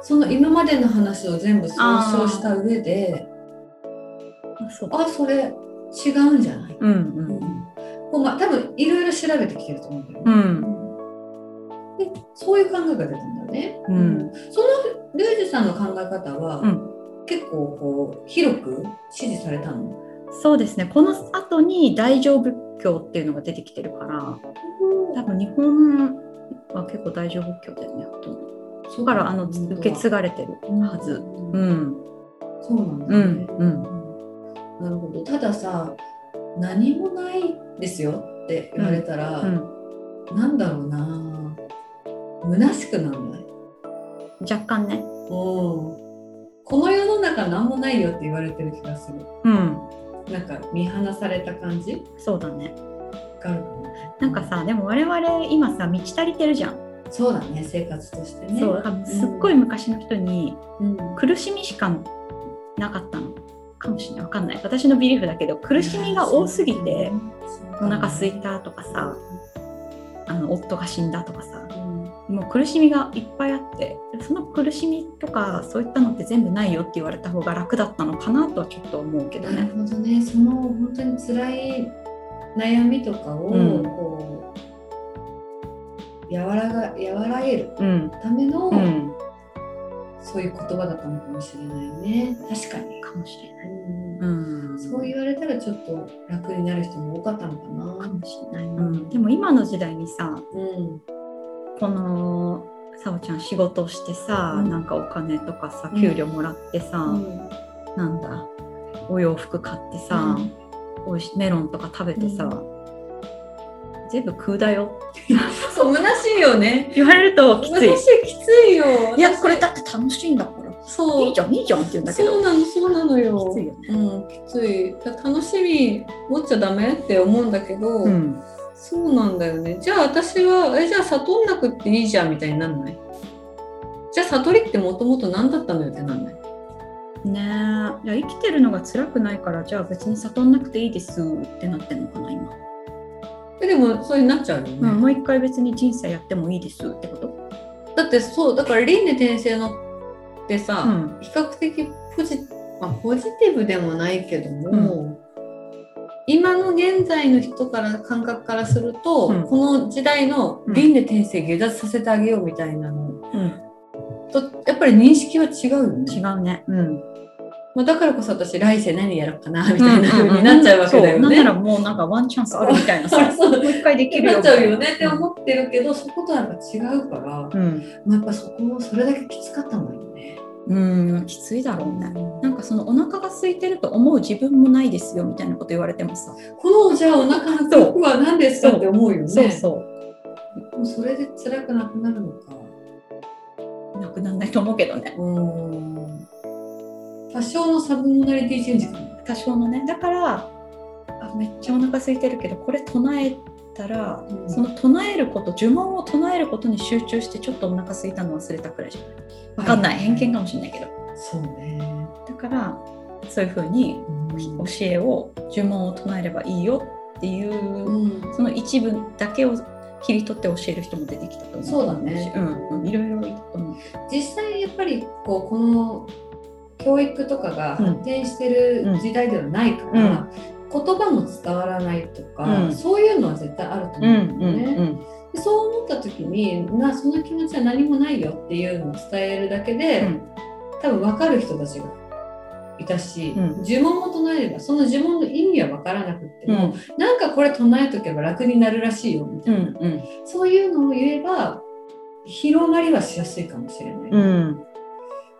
[SPEAKER 2] その今までの話を全部総称した上で
[SPEAKER 1] あそう
[SPEAKER 2] あそれ違うんじゃない、
[SPEAKER 1] うん
[SPEAKER 2] こうまあ、多分いろいろ調べてきてると思うんだよね。
[SPEAKER 1] うんうん
[SPEAKER 2] でそういう考えが出たんだよね。
[SPEAKER 1] うん
[SPEAKER 2] そのルージュさんの考え方は、
[SPEAKER 1] うん
[SPEAKER 2] 結構こう広く支持されたの。
[SPEAKER 1] そうですねこの後に大乗仏教っていうのが出てきてるから多分日本は結構大乗仏教だよねほとんど
[SPEAKER 2] そ
[SPEAKER 1] だからあの受け継がれてるはず
[SPEAKER 2] う
[SPEAKER 1] うんん
[SPEAKER 2] そうなんだ、
[SPEAKER 1] う
[SPEAKER 2] ね
[SPEAKER 1] んうん
[SPEAKER 2] なるほどたださ何もないですよって言われたら、
[SPEAKER 1] うん
[SPEAKER 2] なんだろうな虚しくなんない
[SPEAKER 1] 若干ね
[SPEAKER 2] この世の中何もないよって言われてる気がする
[SPEAKER 1] うん
[SPEAKER 2] なんか見放された感じ
[SPEAKER 1] そうだね
[SPEAKER 2] がある
[SPEAKER 1] なんかさでも我々今さ満ち足りてるじゃん、
[SPEAKER 2] そうだね生活としてね
[SPEAKER 1] そうだからすっごい昔の人に
[SPEAKER 2] うん、
[SPEAKER 1] 苦しみしかなかったのかもしれないわかんない私のビリーフだけど苦しみが多すぎてお腹空いたとかさあの夫が死んだとかさもう苦しみがいっぱいあってその苦しみとかそういったのって全部ないよって言われた方が楽だったのかなとはちょっと思うけど
[SPEAKER 2] なる
[SPEAKER 1] ね。
[SPEAKER 2] ほどねその本当に辛い悩みとかを
[SPEAKER 1] うん
[SPEAKER 2] こう、和らが和らげる
[SPEAKER 1] うん、
[SPEAKER 2] ための、
[SPEAKER 1] うん、
[SPEAKER 2] そういう言葉だったのかもしれないね確かに、
[SPEAKER 1] かもしれない。
[SPEAKER 2] うん
[SPEAKER 1] うん、
[SPEAKER 2] そう言われたらちょっと楽になる人も多かったのか
[SPEAKER 1] か
[SPEAKER 2] な。
[SPEAKER 1] もしれない、うん。でも今の時代にさ
[SPEAKER 2] うん。
[SPEAKER 1] このさおちゃん仕事してさ、
[SPEAKER 2] うん
[SPEAKER 1] なんかお金とかさ
[SPEAKER 2] うん
[SPEAKER 1] 給料もらってさ、
[SPEAKER 2] うん
[SPEAKER 1] なんだお洋服買ってさ、おいしメロンとか食べてさ、
[SPEAKER 2] う
[SPEAKER 1] 全部空だよ
[SPEAKER 2] そう虚しいよね。
[SPEAKER 1] 言われるときつい
[SPEAKER 2] 虚しいきついよ。
[SPEAKER 1] いや
[SPEAKER 2] 私
[SPEAKER 1] これだって楽しいんだから
[SPEAKER 2] そう。
[SPEAKER 1] いいじゃんいいじゃんって言うんだけ
[SPEAKER 2] そ
[SPEAKER 1] ど
[SPEAKER 2] うなのそうなのよ。
[SPEAKER 1] きついよね
[SPEAKER 2] うんきつい。だから楽しみ持っちゃダメって思うんだけど、
[SPEAKER 1] うん、
[SPEAKER 2] そうなんだよね。じゃあ私はえじゃあ悟んなくっていいじゃんみたいになんない。じゃあ悟りってもともと何だったのよってなんない。
[SPEAKER 1] ねえいや生きてるのが辛くないからじゃあ別に悟んなくていいですってなってんのかな今、
[SPEAKER 2] えでもそうになっちゃうよね。
[SPEAKER 1] うんもう一回別に人生やってもいいですってこと、
[SPEAKER 2] だってそうだから輪廻転生のってさ。
[SPEAKER 1] うん
[SPEAKER 2] 比較的ポジ,、まあ、ポジティブでもないけども、今の現在の人から感覚からすると、
[SPEAKER 1] うん
[SPEAKER 2] この時代の
[SPEAKER 1] うん
[SPEAKER 2] 輪廻転生下脱させてあげようみたいなの
[SPEAKER 1] うん、
[SPEAKER 2] とやっぱり認識は違うよね、
[SPEAKER 1] 違うね、うん、
[SPEAKER 2] まあ、だからこそ私来世何やろうかな
[SPEAKER 1] み
[SPEAKER 2] み
[SPEAKER 1] た
[SPEAKER 2] た
[SPEAKER 1] い
[SPEAKER 2] い
[SPEAKER 1] な
[SPEAKER 2] な
[SPEAKER 1] 風
[SPEAKER 2] 風
[SPEAKER 1] に
[SPEAKER 2] に
[SPEAKER 1] な
[SPEAKER 2] な
[SPEAKER 1] っ
[SPEAKER 2] っ
[SPEAKER 1] ち
[SPEAKER 2] ち
[SPEAKER 1] ゃ
[SPEAKER 2] ゃ
[SPEAKER 1] う
[SPEAKER 2] う
[SPEAKER 1] わ
[SPEAKER 2] わ
[SPEAKER 1] け
[SPEAKER 2] け
[SPEAKER 1] だ
[SPEAKER 2] だ
[SPEAKER 1] よね。も
[SPEAKER 2] よね。
[SPEAKER 1] うなんかワンチャンスあるみたいな
[SPEAKER 2] そうそう
[SPEAKER 1] もう一回で
[SPEAKER 2] な
[SPEAKER 1] み
[SPEAKER 2] っち
[SPEAKER 1] たい
[SPEAKER 2] ゃ
[SPEAKER 1] な
[SPEAKER 2] うよねって思ってるけど、そことはやっぱ違うから、まあ、
[SPEAKER 1] うん、
[SPEAKER 2] やっぱそこもそれだけきつかったんだよね。
[SPEAKER 1] うん、きついだろうね。なんかそのお腹が空いてると思う自分もないですよみたいなこと言われてもさ、
[SPEAKER 2] このじゃあお腹の曲は何ですかって思うよね。
[SPEAKER 1] そうそ
[SPEAKER 2] もうそれで辛くなくなるのか。
[SPEAKER 1] うなくならないと思うけどね。
[SPEAKER 2] うん。多少のサブモナリティチェンジかも。
[SPEAKER 1] 多少のね、だからあめっちゃお腹空いてるけどこれ唱えたら、
[SPEAKER 2] うん
[SPEAKER 1] その唱えること呪文を唱えることに集中してちょっとお腹空いたの忘れたくらいじゃない。わかんない偏見かもしれないけど、
[SPEAKER 2] そうね。
[SPEAKER 1] だからそういう風に教えを呪文を唱えればいいよっていう。
[SPEAKER 2] うん。
[SPEAKER 1] その一部だけを切り取って教える人も出てきたと思う。
[SPEAKER 2] そうだね
[SPEAKER 1] うん、うん、いろいろいると思う。
[SPEAKER 2] 実際やっぱりこうこの教育とかが
[SPEAKER 1] うん
[SPEAKER 2] 発展してる時代ではないから、
[SPEAKER 1] うん
[SPEAKER 2] 言葉も伝わらないとか、
[SPEAKER 1] うん
[SPEAKER 2] そういうのは絶対あると思うんだよね。
[SPEAKER 1] ん、
[SPEAKER 2] でそう思った時に、まあ、その気持ちは何もないよっていうのを伝えるだけで、多分分かる人たちがいたし、
[SPEAKER 1] うん
[SPEAKER 2] 呪文を唱えればその呪文の意味は分からなくっても、なんかこれ唱えとけば楽になるらしいよみたいな、
[SPEAKER 1] うん、
[SPEAKER 2] そういうのを言えば広がりはしやすいかもしれない、
[SPEAKER 1] うん、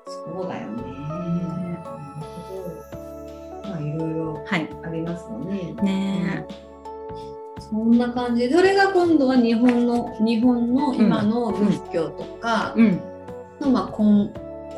[SPEAKER 2] そうだよねなるほどまあいろいろ
[SPEAKER 1] はい、
[SPEAKER 2] ありますよね
[SPEAKER 1] ね
[SPEAKER 2] そんな感じそれが今度は日本の日本の今の仏教とか
[SPEAKER 1] え、うん、
[SPEAKER 2] の、まあ、根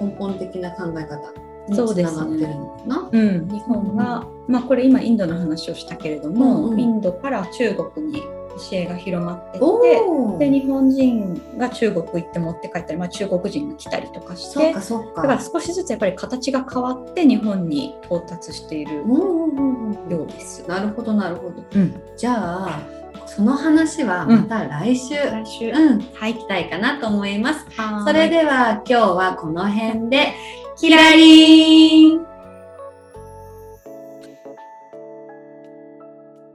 [SPEAKER 2] 根本的な考え方に
[SPEAKER 1] そう
[SPEAKER 2] つ
[SPEAKER 1] で
[SPEAKER 2] な
[SPEAKER 1] すね
[SPEAKER 2] がってるのかな、
[SPEAKER 1] うん、日本が、まあ、これ今インドの話をしたけれども、
[SPEAKER 2] うんうん
[SPEAKER 1] インドから中国に教えが広まってって。
[SPEAKER 2] お
[SPEAKER 1] で
[SPEAKER 2] ー
[SPEAKER 1] 日本人が中国行って持って帰ったり、まあ、中国人が来たりとかし
[SPEAKER 2] そ
[SPEAKER 1] て
[SPEAKER 2] うかそうか。
[SPEAKER 1] だから少しずつやっぱり形が変わって日本に到達している
[SPEAKER 2] うんうんうんう
[SPEAKER 1] よ
[SPEAKER 2] ん
[SPEAKER 1] うです。
[SPEAKER 2] なるほどなるほど。
[SPEAKER 1] うん、
[SPEAKER 2] じゃあその話はまた来週、うん、
[SPEAKER 1] 来週、
[SPEAKER 2] はい、行きたいかなと思います。
[SPEAKER 1] そ
[SPEAKER 2] それでは今日はこの辺でキラリン。さ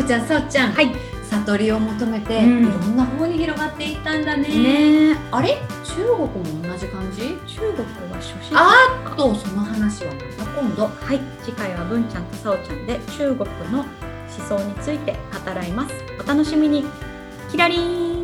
[SPEAKER 2] おちゃん、さおちゃん、はい、さ取りを求めて、
[SPEAKER 1] うん
[SPEAKER 2] いろんな方に広がっていったんだね
[SPEAKER 1] ね
[SPEAKER 2] あれ中国も同じ感じ
[SPEAKER 1] 中国は初心者
[SPEAKER 2] あーっとその話はまた今度
[SPEAKER 1] はい次回は文ちゃんとさおちゃんで中国の思想について語らいますお楽しみにキラリン